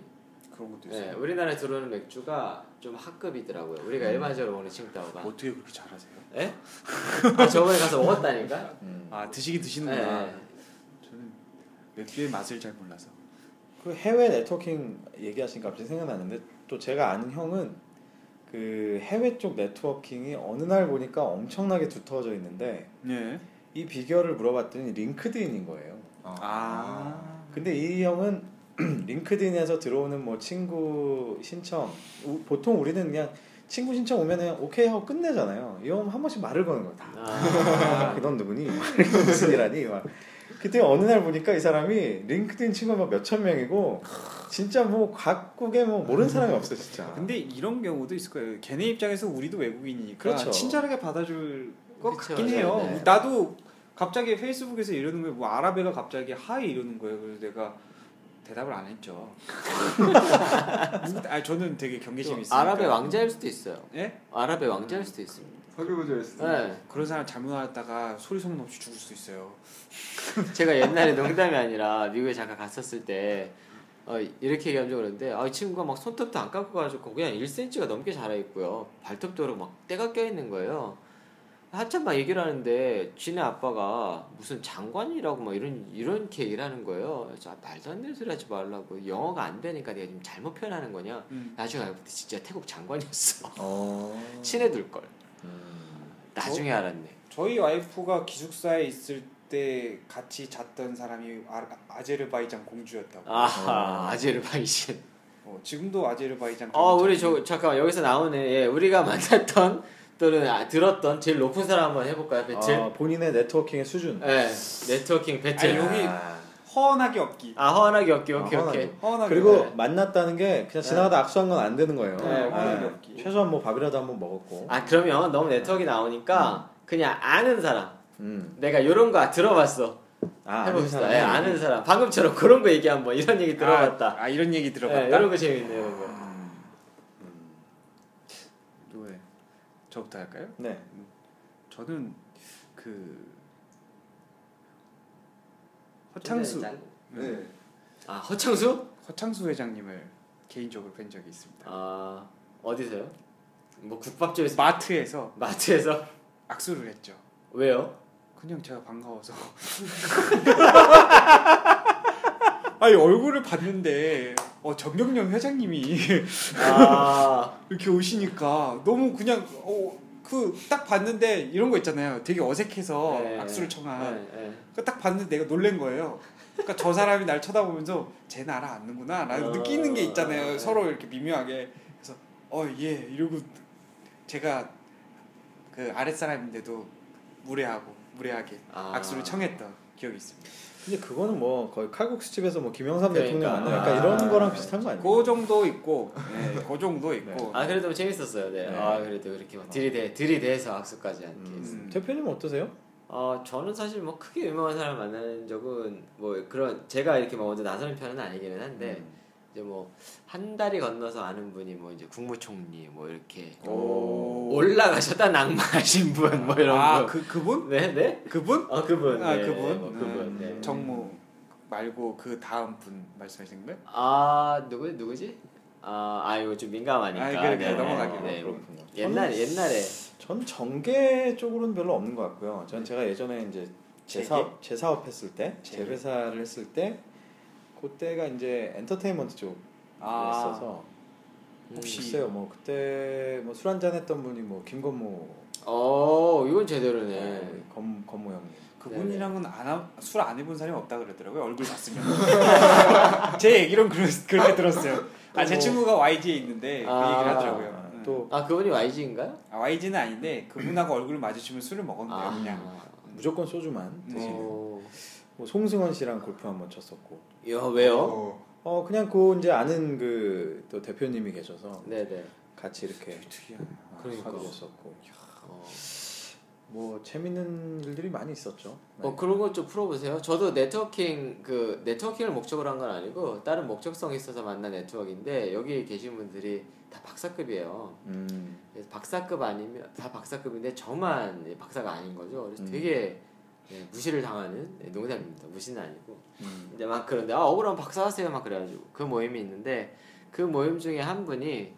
Speaker 2: 그런 것도
Speaker 3: 네,
Speaker 2: 있어요.
Speaker 3: 우리나라에 들어오는 맥주가 좀 하급이더라고요. 우리가 일반적으로 먹는 칭따오가.
Speaker 2: 어떻게 그렇게 잘하세요?
Speaker 3: 예? 아, 저번에
Speaker 1: [LAUGHS]
Speaker 3: 가서 먹었다니까. 네.
Speaker 1: 음.
Speaker 2: 아 드시기 드시는구나. 네. 저는 맥주의 맛을 잘 몰라서.
Speaker 1: 그 해외 네트워킹 얘기하시니까 갑자기 생각나는데 또 제가 아는 형은 그 해외 쪽 네트워킹이 어느 날 보니까 엄청나게 두터워져 있는데
Speaker 2: 네.
Speaker 1: 이 비결을 물어봤더니 링크드인인 거예요.
Speaker 4: 아.
Speaker 2: 아.
Speaker 1: 근데 이 형은 [CLEARS THROAT] 링크드인에서 들어오는 뭐 친구 신청 우- 보통 우리는 그냥 친구 신청 오면 그냥 오케이 하고 끝내잖아요. 이 형은 한 번씩 말을 거는 거다. [LAUGHS]
Speaker 3: 아,
Speaker 1: 그넌 누구니? 막 이렇게 무슨 일 하니? 막. 그때 어느 날 보니까 이 사람이 링크드인 친구가 몇 천 명이고 진짜 뭐 각국에 뭐 모르는 사람이 없어 진짜.
Speaker 2: 근데 이런 경우도 있을 거예요. 걔네 입장에서 우리도 외국인이니까
Speaker 1: 그렇죠.
Speaker 2: 친절하게 받아줄 것
Speaker 3: 그쵸,
Speaker 2: 같긴
Speaker 3: 네,
Speaker 2: 해요. 뭐
Speaker 3: 네.
Speaker 2: 나도 갑자기 페이스북에서 이러는 거예요. 뭐 아랍애가 갑자기 하이 이러는 거예요. 그래서 내가 대답을 안
Speaker 3: [LAUGHS]
Speaker 2: 했죠. 아 저는 되게 경계심이 있어요.
Speaker 3: 아랍의 왕자일 수도 있어요.
Speaker 2: 예?
Speaker 3: 아랍의 왕자일 수도 있습니다.
Speaker 4: 석유부조였어.
Speaker 3: 네.
Speaker 2: 그런 사람 잘못 알았다가 소리 소문 없이 죽을 수도 있어요.
Speaker 3: 제가 옛날에 농담이 아니라 미국에 잠깐 갔었을 때 어, 이렇게 얘기하면 좀 그런데 아, 이 친구가 막 손톱도 안 깎고 가지고 그냥 1cm가 넘게 자라 있고요. 발톱도 그렇고 막 때가 껴 있는 거예요. 한참 막 얘기를 하는데 지네 아빠가 무슨 장관이라고 막 이런 이렇게 얘기를 하는 거예요. 그래서 아, 말도 안 되는 소리 하지 말라고 영어가 안 되니까 내가 지금 잘못 표현하는 거냐.
Speaker 2: 음.
Speaker 3: 나중에 알고 보니 진짜 태국 장관이었어.
Speaker 1: 어.
Speaker 3: 친해둘 걸.
Speaker 1: 음.
Speaker 3: 나중에 알았네.
Speaker 2: 저희 와이프가 기숙사에 있을 때 같이 잤던 사람이 아, 아제르바이잔 공주였다고.
Speaker 3: 아 아제르바이잔.
Speaker 2: 어, 지금도 아제르바이잔.
Speaker 3: 어,
Speaker 2: 가면
Speaker 3: 우리 저 잠깐 여기서 나오는 예, 우리가 [LAUGHS] 만났던 또는 아, 들었던 제일 높은 사람 한번 해볼까요? 배틀.
Speaker 1: 아, 본인의 네트워킹의 수준.
Speaker 3: 예, 네트워킹 배틀.
Speaker 2: 아니, 여기-
Speaker 1: 아.
Speaker 2: 허언하게 없기.
Speaker 3: 아 허원하기 없기 오케이
Speaker 1: 아,
Speaker 3: 오케이.
Speaker 1: 허원하기.
Speaker 2: 허언하게.
Speaker 1: 그리고
Speaker 3: 네.
Speaker 1: 만났다는 게 그냥 지나가다 악수한 건 안 되는 거예요.
Speaker 2: 네,
Speaker 1: 네.
Speaker 2: 관계 없기.
Speaker 1: 최소한 뭐 밥이라도 한번 먹었고.
Speaker 3: 아 그러면 너무 네트워킹 나오니까 그냥 아는 사람.
Speaker 1: 음.
Speaker 3: 내가 요런 거 들어봤어.
Speaker 1: 아,
Speaker 3: 해봅시다.
Speaker 1: 아는
Speaker 3: 예,
Speaker 1: 사람이.
Speaker 3: 아는 사람. 방금처럼 그런 거 얘기 한번 이런 얘기 들어봤다.
Speaker 2: 아, 아, 이런 얘기
Speaker 3: 예,
Speaker 2: 들어봤다.
Speaker 3: 이런 거 재밌네 이런 거.
Speaker 2: 왜? 저부터 할까요? 음.
Speaker 1: 네.
Speaker 2: 저는 그 허창수
Speaker 4: 네.
Speaker 3: 아 허창수?
Speaker 2: 허창수 회장님을 개인적으로 뵌 적이 있습니다.
Speaker 3: 아 어디서요? 뭐 국밥집에서 [LAUGHS]
Speaker 2: 마트에서
Speaker 3: 마트에서
Speaker 2: 악수를 했죠.
Speaker 3: 왜요? [LAUGHS]
Speaker 2: 그냥 제가 반가워서 아니 얼굴을 봤는데 어 정경영 회장님이
Speaker 3: 아,
Speaker 2: 이렇게 오시니까 너무 그냥 그 딱 봤는데 이런 거 있잖아요. 되게 어색해서
Speaker 3: 네.
Speaker 2: 악수를 청한.
Speaker 3: 네, 네.
Speaker 2: 그딱 봤는데 내가 놀란 거예요. 그러니까 저 사람이 날 쳐다보면서 쟤는 알아앉는구나라고
Speaker 3: 어.
Speaker 2: 느끼는 게 있잖아요.
Speaker 3: 네.
Speaker 2: 서로 이렇게 미묘하게. 그래서 어 예 이러고 제가 그 아랫 사람인데도 무례하고 무례하게
Speaker 3: 아.
Speaker 2: 악수를 청했던 기억이 있습니다.
Speaker 1: 근데 그거는 뭐 거의 칼국수 집에서 뭐 김영삼
Speaker 3: 그러니까.
Speaker 1: 대통령 만나 약간 이런
Speaker 3: 아.
Speaker 1: 거랑 비슷한 거 아니에요?
Speaker 2: 그 정도 있고, 네, 그 정도 있고.
Speaker 3: 아 그래도 재밌었어요. 네.
Speaker 1: 네.
Speaker 3: 아 그래도 그렇게 막 들이대 들이대서 악수까지 한 게.
Speaker 1: 음,
Speaker 3: 있어요.
Speaker 1: 대표님 어떠세요?
Speaker 3: 어 저는 사실 뭐 크게 유명한 사람 만난 적은 뭐 그런 제가 이렇게 막 먼저 나서는 편은 아니기는 한데
Speaker 2: 음.
Speaker 3: 이제 뭐 한 달이 건너서 아는 분이 뭐 이제 국무총리 뭐 이렇게
Speaker 2: 오.
Speaker 3: 올라가셨다 낙마하신 분 뭐 이런
Speaker 2: 아,
Speaker 3: 거.
Speaker 2: 그 그분?
Speaker 3: 네, 네.
Speaker 2: 그분?
Speaker 3: 어 그분.
Speaker 2: 아,
Speaker 3: 네,
Speaker 2: 그분?
Speaker 3: 뭐
Speaker 2: 네.
Speaker 3: 그분. 네.
Speaker 2: 정무 말고 그 다음 분 말씀하신 거예요?
Speaker 3: 아 누구 누구지? 아, 아 이거 좀 민감하니까.
Speaker 2: 아, 그래, 그래,
Speaker 3: 네,
Speaker 2: 넘어가기로.
Speaker 3: 네, 네.
Speaker 1: 그렇군요.
Speaker 3: 옛날 옛날에
Speaker 1: 전 정계 쪽으로는 별로 없는 것 같고요. 전 제가 예전에 이제 제
Speaker 3: 네. 재계?
Speaker 1: 사업 제 사업 했을 때, 제
Speaker 3: 재계.
Speaker 1: 회사를 했을 때, 그때가 이제 엔터테인먼트 아,
Speaker 3: 아,
Speaker 1: 쪽이었어서
Speaker 2: 혹시-
Speaker 1: 글쎄요, 뭐 그때 뭐 술 한잔 했던 분이 뭐 김건모,
Speaker 3: 어 이건 제대로네.
Speaker 1: 어, 검 건모 형님.
Speaker 2: 그분이랑은 술안 해본 사람이 없다 그러더라고요. 얼굴 봤으면. 제 얘기로는 그러, 그렇게 들었어요. 아, 제
Speaker 3: 뭐-
Speaker 2: 친구가 YG에 있는데 그
Speaker 3: 아.
Speaker 2: 얘기를
Speaker 1: 아,
Speaker 2: 하더라고요. 네.
Speaker 1: 또
Speaker 3: 아 그분이 YG인가요? 아.
Speaker 2: 아, YG는 아닌데 그분하고 얼굴 마주치면 술을 먹었네요, 그냥.
Speaker 1: 무조건 소주만 드시는.
Speaker 3: 어.
Speaker 1: 뭐 송승헌 씨랑 골프 한번 쳤었고.
Speaker 3: 야 왜요?
Speaker 4: 어,
Speaker 1: 어 그냥 그 이제 아는 그 또 대표님이 계셔서
Speaker 3: 네네.
Speaker 1: 같이 이렇게
Speaker 2: 특이하네.
Speaker 3: 그러니까.
Speaker 1: 사귀었었고.
Speaker 3: 어,
Speaker 1: 뭐 재밌는 일들이 많이 있었죠. 네.
Speaker 3: 어, 그런 것 좀 풀어보세요. 저도 네트워킹 그 네트워킹을 목적으로 한 건 아니고 다른 목적성이 있어서 만난 네트워크인데 여기 계신 분들이 다 박사급이에요.
Speaker 1: 음.
Speaker 3: 그래서 박사급 아니면 다 박사급인데 저만 박사가 아닌 거죠. 그래서
Speaker 1: 음.
Speaker 3: 되게 네, 무시를 당하는 네, 농담입니다. 무시는 아니고.
Speaker 1: 음.
Speaker 3: 근데 막 그런데 아 억울하면 박사하세요 막 그래가지고 그 모임이 있는데 그 모임 중에 한 분이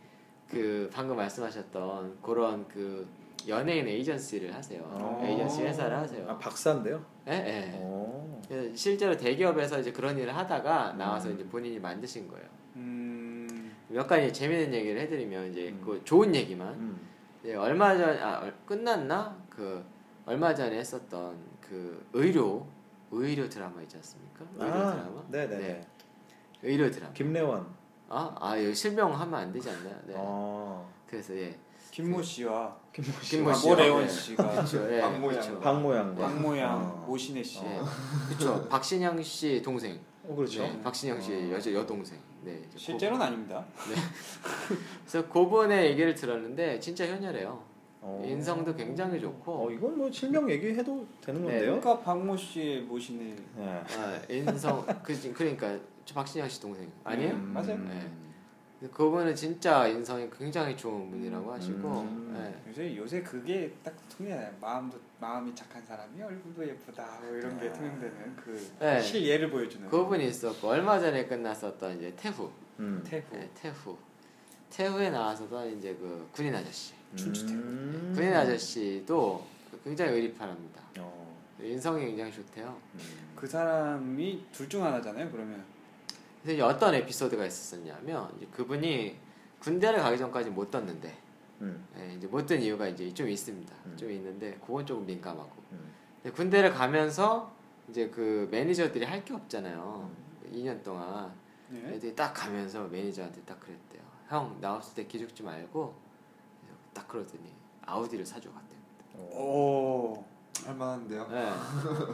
Speaker 3: 그 방금 말씀하셨던 그런 그 연예인 에이전시를 하세요
Speaker 1: 어.
Speaker 3: 에이전시 회사를 하세요
Speaker 1: 아 박사인데요.
Speaker 3: 예, 예.
Speaker 1: 어.
Speaker 3: 그래서 실제로 대기업에서 이제 그런 일을 하다가
Speaker 1: 음.
Speaker 3: 나와서 이제 본인이 만드신 거예요
Speaker 2: 음.
Speaker 3: 몇 가지 재밌는 얘기를 해드리면 이제
Speaker 1: 음.
Speaker 3: 그 좋은 얘기만
Speaker 1: 음.
Speaker 3: 예, 얼마 전 아, 얼- 끝났나 그 얼마 전에 했었던 그 의료 의료 드라마 있지 않습니까 의료 드라마
Speaker 1: 아, 네네네.
Speaker 3: 네. 의료 드라마
Speaker 1: 김래원.
Speaker 3: 아, 아, 여기 실명하면 안 되지 않나요? 네.
Speaker 1: 어.
Speaker 3: 그래서 예.
Speaker 2: 김모 씨와 아,
Speaker 1: 김모 씨.
Speaker 3: 김모 씨와, [LAUGHS]
Speaker 2: 박모래원
Speaker 3: 네.
Speaker 2: 씨가
Speaker 3: 그렇죠. 예.
Speaker 4: 박모양.
Speaker 3: 그렇죠.
Speaker 1: 박모양.
Speaker 2: 박모양
Speaker 1: 어.
Speaker 2: 모신혜 씨.
Speaker 3: 예. 그렇죠. 박신양 씨 동생.
Speaker 1: 어 그렇죠.
Speaker 3: 네, 박신양 씨 여자 여동생. 네. 이제
Speaker 2: 실제로는 아닙니다.
Speaker 3: 고- 그래서 그분의 얘기를 들었는데 진짜 현녀래요.
Speaker 1: 어.
Speaker 3: 인성도 굉장히 좋고
Speaker 1: 어 이건 뭐 실명 얘기해도 되는
Speaker 3: 네,
Speaker 1: 건데요.
Speaker 2: 그러니까 박모 씨의 모신혜
Speaker 1: 네.
Speaker 3: 아, 인성 그 그러니까 저 박신양 씨 동생 아니에요?
Speaker 2: 음. 맞아요.
Speaker 3: 네. 근데 그분은 진짜 인성이 굉장히 좋은 분이라고 하시고
Speaker 1: 음.
Speaker 3: 예.
Speaker 2: 요새 요새 그게 딱 통해요. 마음도 마음이 착한 사람이 얼굴도 예쁘다 뭐 이런 게 통용되는 그
Speaker 3: 네.
Speaker 2: 실예를 보여주는
Speaker 3: 그분이 있었고 얼마 전에 끝났었던 이제 태후
Speaker 1: 음.
Speaker 2: 태후
Speaker 3: 네, 태후. 태후에 나와서던 이제 그 군인 아저씨.
Speaker 2: 춘추태우.
Speaker 1: 음.
Speaker 3: 군인 아저씨도 굉장히 의리파랍니다.
Speaker 1: 어.
Speaker 3: 인성이 굉장히 좋대요.
Speaker 1: 음.
Speaker 2: 그 사람이 둘 중 하나잖아요. 그러면
Speaker 3: 그래서 이제 어떤 에피소드가 있었었냐면 이제 그분이 군대를 가기 전까지 못 떴는데
Speaker 1: 음.
Speaker 3: 예, 이제 못 뜬 이유가 이제 좀 있습니다.
Speaker 1: 음.
Speaker 3: 좀 있는데 그건 조금 민감하고
Speaker 1: 음.
Speaker 3: 근데 군대를 가면서 이제 그 매니저들이 할 게 없잖아요.
Speaker 1: 음.
Speaker 3: 2년 동안
Speaker 2: 네.
Speaker 3: 애들이 딱 가면서 매니저한테 딱 그랬대요. 형 나왔을 때 기죽지 말고 그래서 딱 그러더니 아우디를 사줘 갔대요.
Speaker 1: 어.
Speaker 2: 오.
Speaker 4: 할만한데요.
Speaker 3: 네.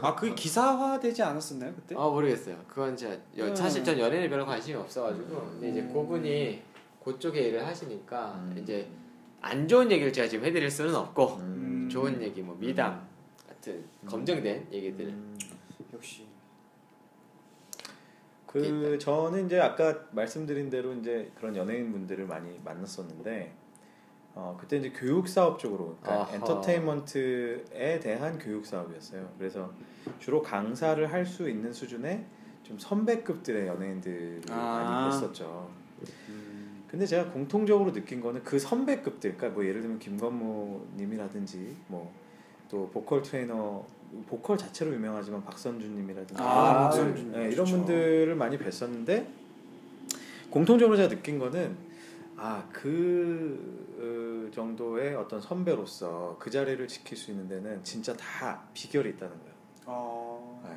Speaker 2: 아 그게 기사화되지 않았었나요 그때?
Speaker 3: 아 모르겠어요. 그건 제가 여-
Speaker 2: 음.
Speaker 3: 사실 전 연예인에 별로 관심이 없어가지고 근데 이제
Speaker 2: 음.
Speaker 3: 그분이 그쪽에 일을 하시니까
Speaker 1: 음.
Speaker 3: 이제 안 좋은 얘기를 제가 지금 해드릴 수는 없고
Speaker 1: 음.
Speaker 3: 좋은 얘기 뭐 미담 같은
Speaker 1: 음.
Speaker 3: 검증된 얘기들. 을
Speaker 1: 음.
Speaker 2: 역시
Speaker 1: 그 저는 이제 아까 말씀드린 대로 이제 그런 연예인 분들을 많이 만났었는데 어 그때 이제 교육 사업 쪽으로 그러니까
Speaker 3: 아하.
Speaker 1: 엔터테인먼트에 대한 교육 사업이었어요. 그래서 주로 강사를 할 수 있는 수준의 좀 선배급들의 연예인들을
Speaker 2: 아.
Speaker 1: 많이 했었죠. 근데 제가 공통적으로 느낀 거는 그 선배급들, 그러니까 뭐 예를 들면 김건모님이라든지 뭐 또 보컬 트레이너 보컬 자체로 유명하지만 박선주님이라든가
Speaker 2: 아,
Speaker 1: 이런
Speaker 2: 박선주
Speaker 1: 분들,
Speaker 2: 님.
Speaker 1: 네, 이런
Speaker 2: 그렇죠.
Speaker 1: 분들을 많이 뵀었는데 공통적으로 제가 느낀 거는 아, 아그 정도의 어떤 선배로서 그 자리를 지킬 수 있는 데는 진짜 다 비결이 있다는 거예요.
Speaker 2: 어.
Speaker 1: 네.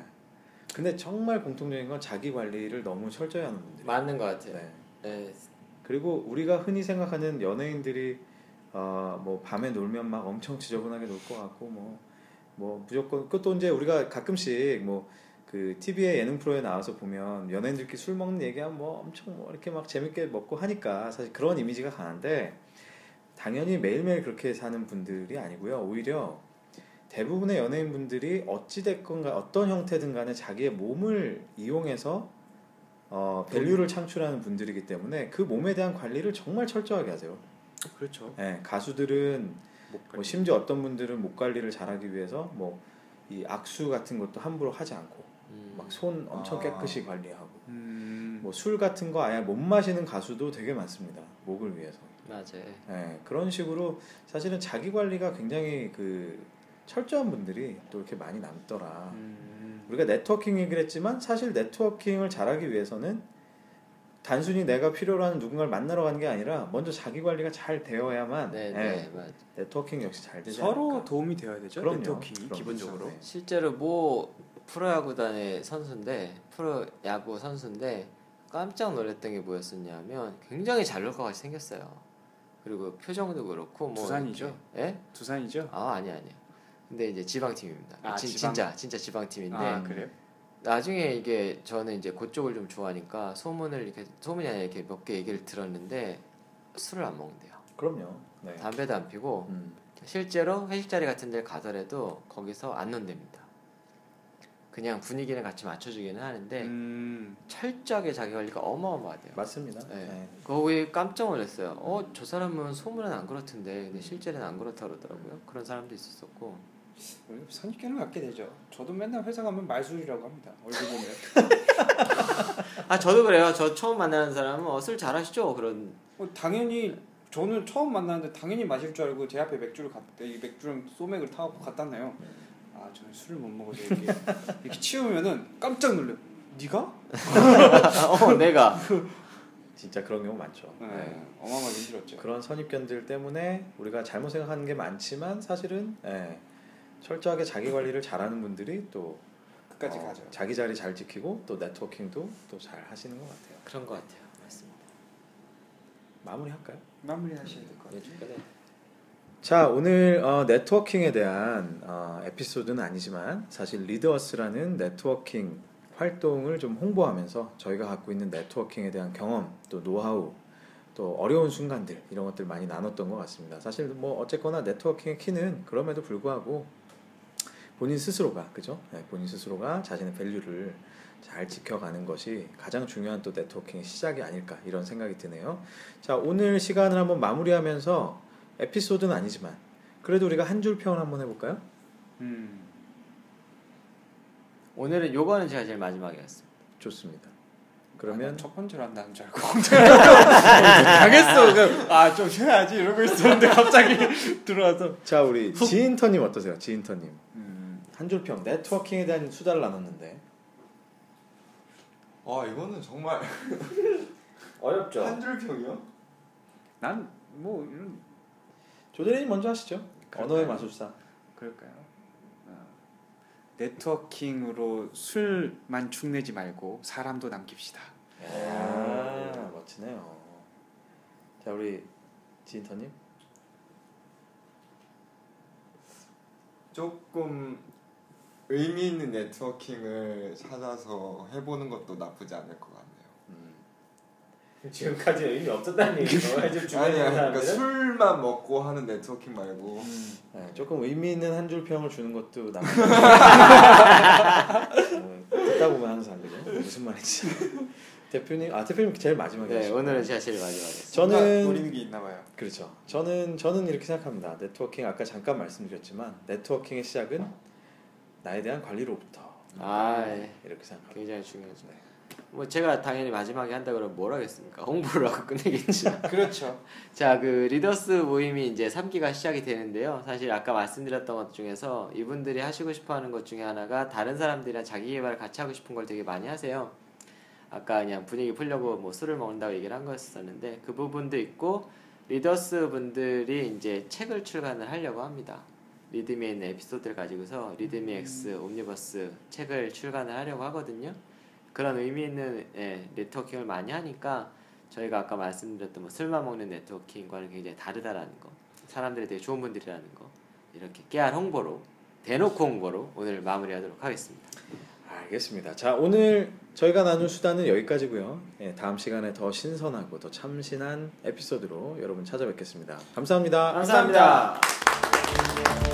Speaker 1: 근데 정말 공통적인 건 자기 관리를 너무 철저히 하는 분들.
Speaker 3: 맞는 것 같아요.
Speaker 1: 네.
Speaker 3: 네.
Speaker 1: 그리고 우리가 흔히 생각하는 연예인들이 어, 뭐 밤에 놀면 막 엄청 지저분하게 놀 것 같고 뭐 뭐 무조건 그것도 이제 우리가 가끔씩 뭐 그 TV에 예능 프로에 나와서 보면 연예인들끼리 술 먹는 얘기하면 뭐 엄청 뭐 이렇게 막 재밌게 먹고 하니까 사실 그런 이미지가 강한데 당연히 매일매일 그렇게 사는 분들이 아니고요 오히려 대부분의 연예인분들이 어찌 됐건가 어떤 형태든 간에 자기의 몸을 이용해서 어, 밸류를 창출하는 분들이기 때문에 그 몸에 대한 관리를 정말 철저하게 하세요.
Speaker 2: 그렇죠.
Speaker 1: 예, 가수들은 뭐 심지어 어떤 분들은 목 관리를 잘하기 위해서 뭐 이 악수 같은 것도 함부로 하지 않고
Speaker 3: 음.
Speaker 1: 막 손 엄청
Speaker 4: 아.
Speaker 1: 깨끗이 관리하고
Speaker 2: 음.
Speaker 1: 뭐 술 같은 거 아예 못 마시는 가수도 되게 많습니다. 목을 위해서.
Speaker 3: 맞아요.
Speaker 1: 예, 그런 식으로 사실은 자기 관리가 굉장히 그 철저한 분들이 또 이렇게 많이 남더라.
Speaker 2: 음.
Speaker 1: 우리가 네트워킹 얘기를 했지만 사실 네트워킹을 잘하기 위해서는 단순히 내가 필요로 하는 누군가를 만나러 가는 게 아니라 먼저 자기 관리가 잘 되어야만
Speaker 3: 네,
Speaker 1: 네.
Speaker 3: 네, 맞.
Speaker 1: 네트워킹 역시 잘 되지
Speaker 2: 서로
Speaker 1: 않을까.
Speaker 2: 도움이 되어야 되죠.
Speaker 1: 그럼요.
Speaker 2: 네트워킹이
Speaker 1: 그럼요.
Speaker 2: 기본적으로.
Speaker 4: 네.
Speaker 3: 실제로 모 프로야구단의 선수인데 프로야구 선수인데 깜짝 놀랐던 게 뭐였었냐면 굉장히 잘 놀 것 같이 생겼어요. 그리고 표정도 그렇고 뭐
Speaker 2: 부산이죠?
Speaker 3: 이렇게- 예?
Speaker 2: 두산이죠.
Speaker 3: 아 아니 아니요. 근데 이제 지방팀입니다.
Speaker 2: 아,
Speaker 3: 진,
Speaker 2: 지방.
Speaker 3: 진짜 진짜 지방팀인데
Speaker 2: 아 그래요?
Speaker 3: 나중에 이게 저는 이제 그쪽을 좀 좋아하니까 소문을 이렇게 소문이 아니라 이렇게 몇 개 얘기를 들었는데 술을 안 먹는데요.
Speaker 1: 그럼요. 네.
Speaker 3: 담배도 안 피고
Speaker 1: 음.
Speaker 3: 실제로 회식 자리 같은 데 가더라도 거기서 안 논답니다. 그냥 분위기는 같이 맞춰주기는 하는데
Speaker 2: 음.
Speaker 3: 철저하게 자기 관리가 어마어마하대요.
Speaker 1: 맞습니다.
Speaker 3: 네.
Speaker 1: 네.
Speaker 3: 거기 깜짝 놀랐어요. 어, 저 사람은 소문은 안 그렇던데 근데 실제는 안 그렇다 그러더라고요. 그런 사람도 있었었고.
Speaker 2: 원래 선입견을 갖게 되죠. 저도 맨날 회사 가면 말술이라고 합니다. 얼굴 보면.
Speaker 3: 아, 저도 그래요. 저 처음 만나는 사람은 어, 술 잘하시죠? 그런 [LAUGHS]
Speaker 2: 어, 당연히 저는 처음 만났는데 당연히 마실 줄 알고 제 앞에 맥주를 갖다 이 맥주랑 소맥을 타갖고 갖다 놔요.
Speaker 1: 네.
Speaker 2: 아 저는 술을 못 먹어서 이렇게, 이렇게 치우면은 깜짝 놀래. 요 네가?
Speaker 3: 어, 내가
Speaker 1: 진짜 그런 경우 많죠.
Speaker 2: 네,
Speaker 1: 네.
Speaker 2: 어마어마하게 힘들었죠.
Speaker 1: 그런 선입견들 때문에 우리가 잘못 생각하는 게 많지만 사실은 예, 철저하게 자기 관리를 잘하는 분들이 또
Speaker 2: 끝까지
Speaker 1: 어,
Speaker 2: 가죠.
Speaker 1: 자기 자리 잘 지키고 또 네트워킹도 또 잘 하시는 것 같아요.
Speaker 3: 그런 것 같아요. 맞습니다.
Speaker 1: 마무리할까요?
Speaker 2: 마무리하셔야 될 것 같아요.
Speaker 1: 네.
Speaker 3: 요즘까지
Speaker 1: 자 오늘 어, 네트워킹에 대한 어, 에피소드는 아니지만 사실 리더스라는 네트워킹 활동을 좀 홍보하면서 저희가 갖고 있는 네트워킹에 대한 경험 또 노하우 또 어려운 순간들 이런 것들 많이 나눴던 것 같습니다. 사실 뭐 어쨌거나 네트워킹의 키는 그럼에도 불구하고 본인 스스로가 그죠? 네, 본인 스스로가 자신의 밸류를 잘 지켜가는 것이 가장 중요한 또 네트워킹의 시작이 아닐까 이런 생각이 드네요. 자 오늘 시간을 한번 마무리하면서 에피소드는 아니지만 그래도 우리가 한 줄 평을 한번 해볼까요?
Speaker 2: 음,
Speaker 3: 오늘은 요거는 제가 제일 마지막에 했습니다.
Speaker 1: 좋습니다. 그러면
Speaker 2: 아, 나첫 번째로 한다는 줄 알고 [LAUGHS] 당했어. 그래서 아좀 쉬어야지 이러고 있었는데 갑자기 [LAUGHS] 들어와서.
Speaker 1: 아, 자 우리 지인터님 어떠세요? 지인터님
Speaker 4: 음.
Speaker 1: 한 줄 평. 네트워킹에 대한 수다를 나눴는데
Speaker 4: 아 이거는
Speaker 5: [LAUGHS]
Speaker 4: 정말 한 줄평이요?
Speaker 2: 난 뭐 이런
Speaker 1: 조대리님 먼저 하시죠.
Speaker 2: 그럴까요?
Speaker 1: 언어의 마술사.
Speaker 2: 그럴까요? 어, 네트워킹으로 술만 축내지 말고 사람도 남깁시다.
Speaker 1: 예. 아 멋지네요. 자 우리 지인터님
Speaker 4: 조금 의미 있는 네트워킹을 찾아서 해보는 것도 나쁘지 않을 것 같네요.
Speaker 5: 지금까지 의미 없었다는
Speaker 1: [LAUGHS]
Speaker 5: 얘기죠. 지금 주변에
Speaker 4: 아니야,
Speaker 5: 있는
Speaker 4: 그러니까
Speaker 5: 사람들은
Speaker 4: 술만 먹고 하는 네트워킹 말고
Speaker 1: 네, 조금 의미 있는 한 줄 평을 주는 것도 남. 어, 듣다 보면 항상 그죠? 무슨 말인지. [LAUGHS] 대표님 아 대표님 제일 마지막에
Speaker 3: 네,
Speaker 1: 하시죠.
Speaker 3: 오늘은 제가 제일 마지막에 했습니다.
Speaker 1: 저는
Speaker 4: 뭔가 노리는 게 있나 봐요.
Speaker 1: 그렇죠. 저는 저는 이렇게 생각합니다. 네트워킹 아까 잠깐 말씀드렸지만 네트워킹의 시작은 나에 대한 관리로부터
Speaker 3: 아, 예.
Speaker 1: 이렇게 생각합니다.
Speaker 3: 굉장히 중요하죠. 뭐 제가 당연히 마지막에 한다 그러면 뭘 하겠습니까? 홍보를 하고 [LAUGHS] 끝내겠죠.
Speaker 2: 그렇죠.
Speaker 3: 자, 그 리더스 모임이 이제 3기가 시작이 되는데요. 사실 아까 말씀드렸던 것 중에서 이분들이 하시고 싶어 하는 것 중에 하나가 다른 사람들이랑 자기 개발을 같이 하고 싶은 걸 되게 많이 하세요. 아까 그냥 분위기 풀려고 뭐 술을 먹는다고 얘기를 한 거였었는데 그 부분도 있고 리더스 분들이 이제 책을 출간을 하려고 합니다. 리드미에 있는 에피소드를 가지고서 리드미 X 옴니버스 책을 출간을 하려고 하거든요. 그런 의미 있는 예, 네트워킹을 많이 하니까 저희가 아까 말씀드렸던 뭐 술만 먹는 네트워킹과는 굉장히 다르다라는 거 사람들이 되게 좋은 분들이라는 거 이렇게 깨알 홍보로 대놓고 홍보로 오늘 마무리하도록 하겠습니다
Speaker 1: 알겠습니다. 자 오늘 저희가 나눈 수단은 여기까지고요. 예, 다음 시간에 더 신선하고 더 참신한 에피소드로 여러분 찾아뵙겠습니다. 감사합니다.
Speaker 3: 감사합니다.
Speaker 5: 감사합니다.